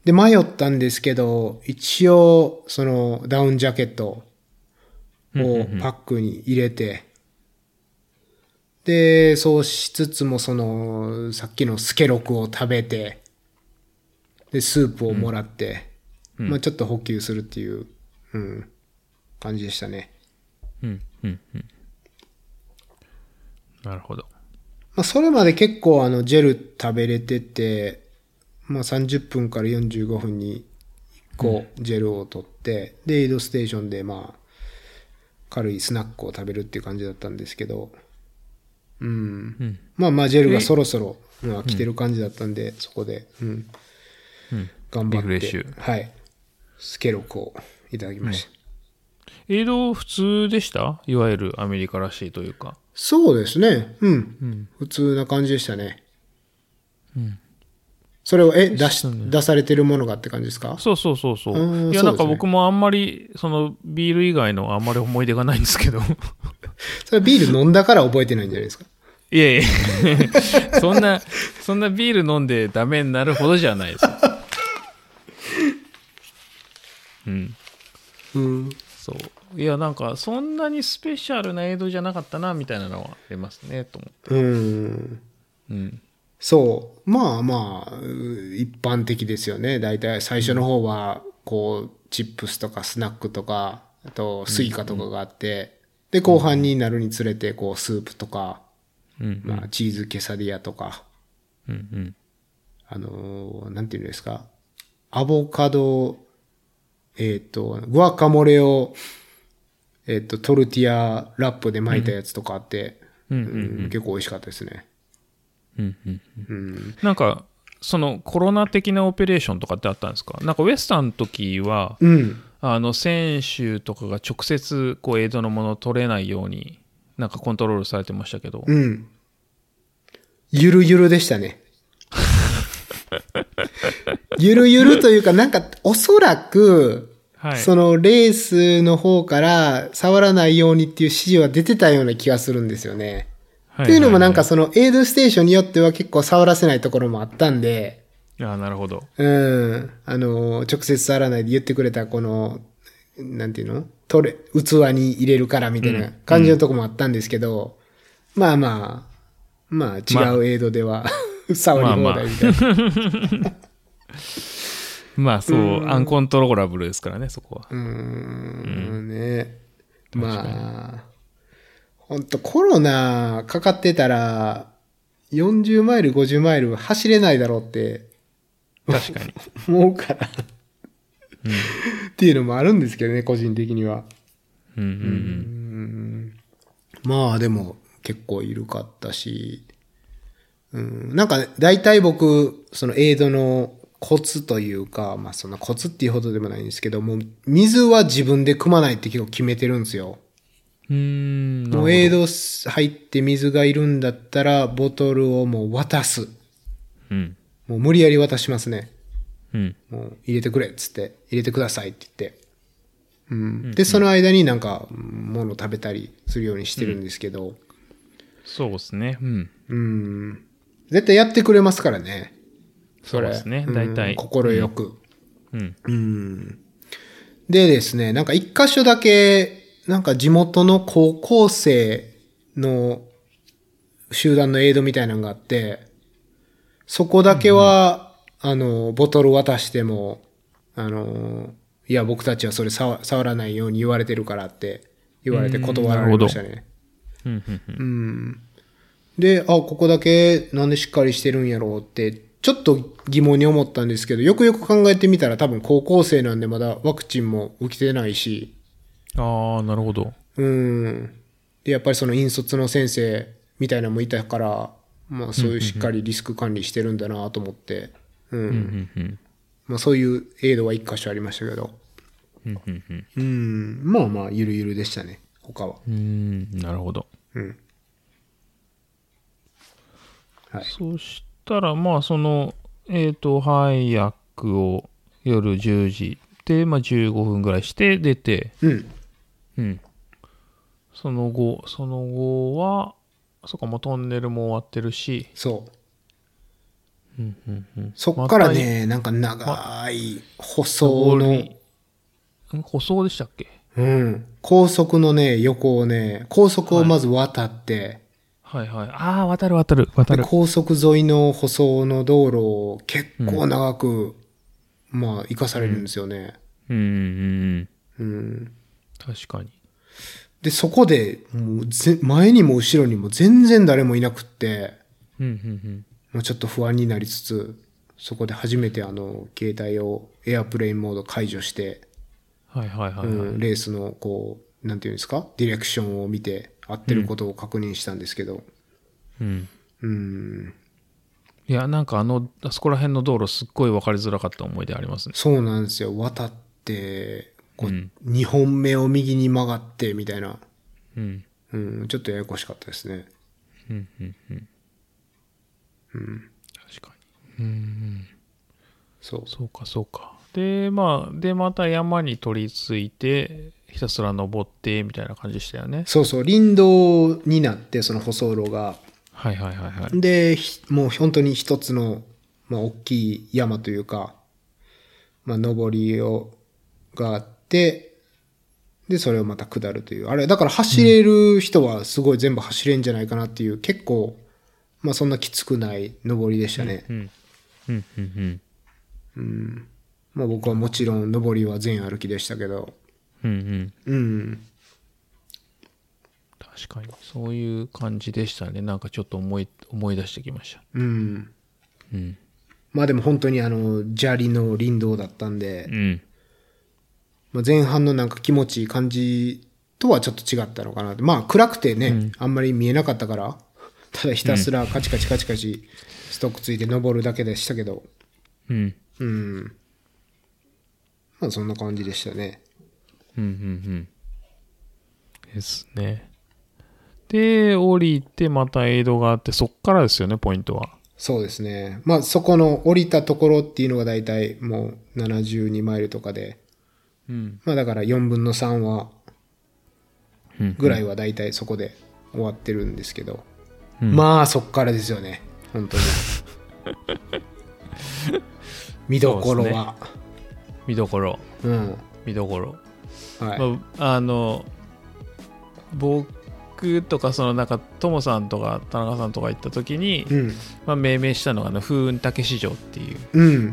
で、迷ったんですけど、一応、その、ダウンジャケットをパックに入れて、で、そうしつつも、その、さっきのスケロクを食べて、で、スープをもらって、まあちょっと補給するっていう、うん、感じでしたね。
うん、うん、うん。なるほど。
まあそれまで結構あの、ジェル食べれてて、まあ30分から45分に1個ジェルを取って、で、エイドステーションでまあ、軽いスナックを食べるっていう感じだったんですけど、うん。
うん。
まあまあ、ジェルがそろそろ、まあ、来てる感じだったんで、そこで、うん、
うん。
頑張
リフレ
っ
ッシ
て、
ュ
はい、スケロクをいただきました。
映像普通でしたいわゆるアメリカらしいというか。
そうですね、うん、
ん
普通な感じでしたね。
うん
それを、え、出し
そうね
出されてるものがって感じですか
そうそうそうそうう。
ん
いや、
そ
な
うんです
か
ね
僕もあんまり、その、ビール以外のあんまり思い出がないんですけど。
それはビール飲んだから覚えてないんじゃないですか
いやいや そんな、そんなビール飲んでダメになるほどじゃないです。うん。
うん。
そう。いや、なんか、そんなにスペシャルな映像じゃなかったな、みたいなのはありますね、と思って。
うん。
うん。
そう。まあまあ、う一般的ですよね。大体最初の方は、こう、チップスとかスナックとか、あと、スイカとかがあって、で、後半になるにつれて、こう、スープとか、
うん。
まあ、チーズケサディアとか、
うん。うん。
あのーなんていうんですか、アボカド、えっ、と、グアカモレをえっと、トルティアラップで巻いたやつとかあって、
うんうん
うん結構美味しかったですね。
うんうん
うん。
なんかそのコロナ的なオペレーションとかってあったんですかなんかウエスタンの時は
うん。
あの選手とかが直接こう映像のものを取れないようになんかコントロールされてましたけど、
うん。ゆるゆるでし たね。ゆるゆるというか、なんか、おそらく、
はい
そのレースの方から触らないようにっていう指示は出てたような気がするんですよね。
は
っていうのもなん
か
かそのエイドステーションによっては結構触らせないところもあったんで、
あなるほど
うん、あの、直接触らないで言ってくれたこの、なんていうの取れ、器に入れるからみたいな感じのとこもあったんですけど、まあまあ、まあ違うエイドでは、 触り放題みたいな。
まあそうアンコントローラブルですからねそこは
うーん、ね。まあ、ほんとコロナかかってたら、40マイル、50マイル走れないだろうって
確 かに
思うから、っていうのもあるんですけどね、個人的には。
うんうんうん
まあでも結構緩かったし、うん、なんかね大体僕、そのエイドのコツというか、まあそんなコツっていうほどでもないんですけど、もう水は自分で組まないって結構決めてるんですよ。
うーんなる
も
ほど
うエイド入って水がいるんだったら、ボトルをもう渡す。
うん
もう無理やり渡しますね。
うん
もう入れてくれっつって、入れてくださいって言って。うん、で、その間になんか、うん物を食べたりするようにしてるんですけど、
そうですねうん
うん。絶対やってくれますからね。
そうですね
うん
大体
心よく。
うん
うん。でですね、なんか一箇所だけ、なんか地元の高校生の集団のエイドみたいなのがあって、そこだけは、あの、ボトル渡しても、あの、いや、僕たちはそれ触触らないように言われてるからって言われて断られましたね。
うんうんうん
うん。で、あ、ここだけなんでしっかりしてるんやろうって、ちょっと疑問に思ったんですけど、よくよく考えてみたら多分高校生なんでまだワクチンも受けてないし、
ああなるほど
うん。で、やっぱりその引率の先生みたいなのもいたから、まあそういうしっかりリスク管理してるんだなと思って、うん。
うんうん
まあそういうエイドは一箇所ありましたけど、
うんうんうん
うん。まあまあ、ゆるゆるでしたね、他は。
うーんなるほど、
うんはい
そしたらまあそのえっ、とハイヤックを夜10時で、まあ、15分ぐらいして出て、
うん。
うん、その後その後はそっかもうトンネルも終わってるし、
そう。
うんうんうん、
そっからね、なんか長い、舗装の、
の舗装でしたっけ
うん、高速のね、横をね、高速をまず渡って、
はいはいああ渡る渡る渡
で
る
高速沿いの舗装の道路を結構長く、まあ、行かされるんですよね。
うんうんうん
うん。
確かに
で、そこで、もうぜ、前にも後ろにも全然誰もいなくって、
うんうん
もうちょっと不安になりつつ、そこで初めてあの、携帯をエアプレインモード解除して、
うんはいはいはい、はい
うん、レースの、こう、なんていうんですか、ディレクションを見て、合ってることを確認したんですけど、
うん
うん、
いや、なんかあの、あそこら辺の道路すっごい分かりづらかった思い出ありますね。
そうなんですよ。渡って、こう、
うん
2本目を右に曲がって、みたいな、
うん。
うん、ちょっとややこしかったですね。
うん、うん、うん。確かに。うん。
そう。
そうか、そうか。で、まあ、で、また山に取り付いて、ひたすら登って、みたいな感じでしたよね。
そうそう、林道になって、その舗装路が。
はいはいはいはい。
で、ひもう本当に一つの、まあ、大きい山というか、まあ、登りを、があって、で、それをまた下るという。あれ、だから走れる人はすごい全部走れんじゃないかなっていう、結構、まあ、そんなきつくない登りでしたね。
うん。うん、うん、
まあ、僕はもちろん登りは全歩きでしたけど、
うん。うん、うん。
うん。
確かに。そういう感じでしたね。なんかちょっと思い、思い出してきました。
うん。
うん。
まあ、でも本当にあの、砂利の林道だったんで、
うん。
まあ、前半のなんか気持ちいい感じとはちょっと違ったのかなと。まあ暗くてね、あんまり見えなかったから、 ただひたすらカチカチカチカチストックついて登るだけでしたけど、
うん。
うん。まあそんな感じでしたね。
うんうんうん。ですね。で、降りて、またエイドがあって、そっからですよね、ポイントは。
そうですね。まあそこの降りたところっていうのが大体もう72マイルとかで、
うん。
まあだから4分の3は
うん
ぐらいは大体そこで終わってるんですけど、
うん
まあそっからですよね本 当に見どころは
見どころ、
う,、
見どころ。
んはい、
まあ、あの、僕とか、その、なんか、ともさんとか、田中さんとか行った時に、
うん
まあ、命名したのが、ね、風雲竹市場っていう、
うん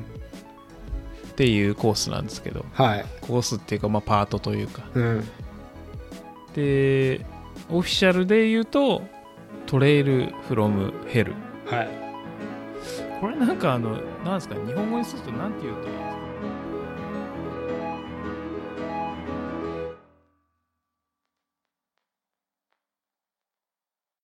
っていうコースなんですけど、
はい
コースっていうか、まあ、パートというか。
うん
で、オフィシャルで言うと、トレイルフロムヘル。
はい
これなんかあの、なんですか、日本語にするとなんて言うといいんですか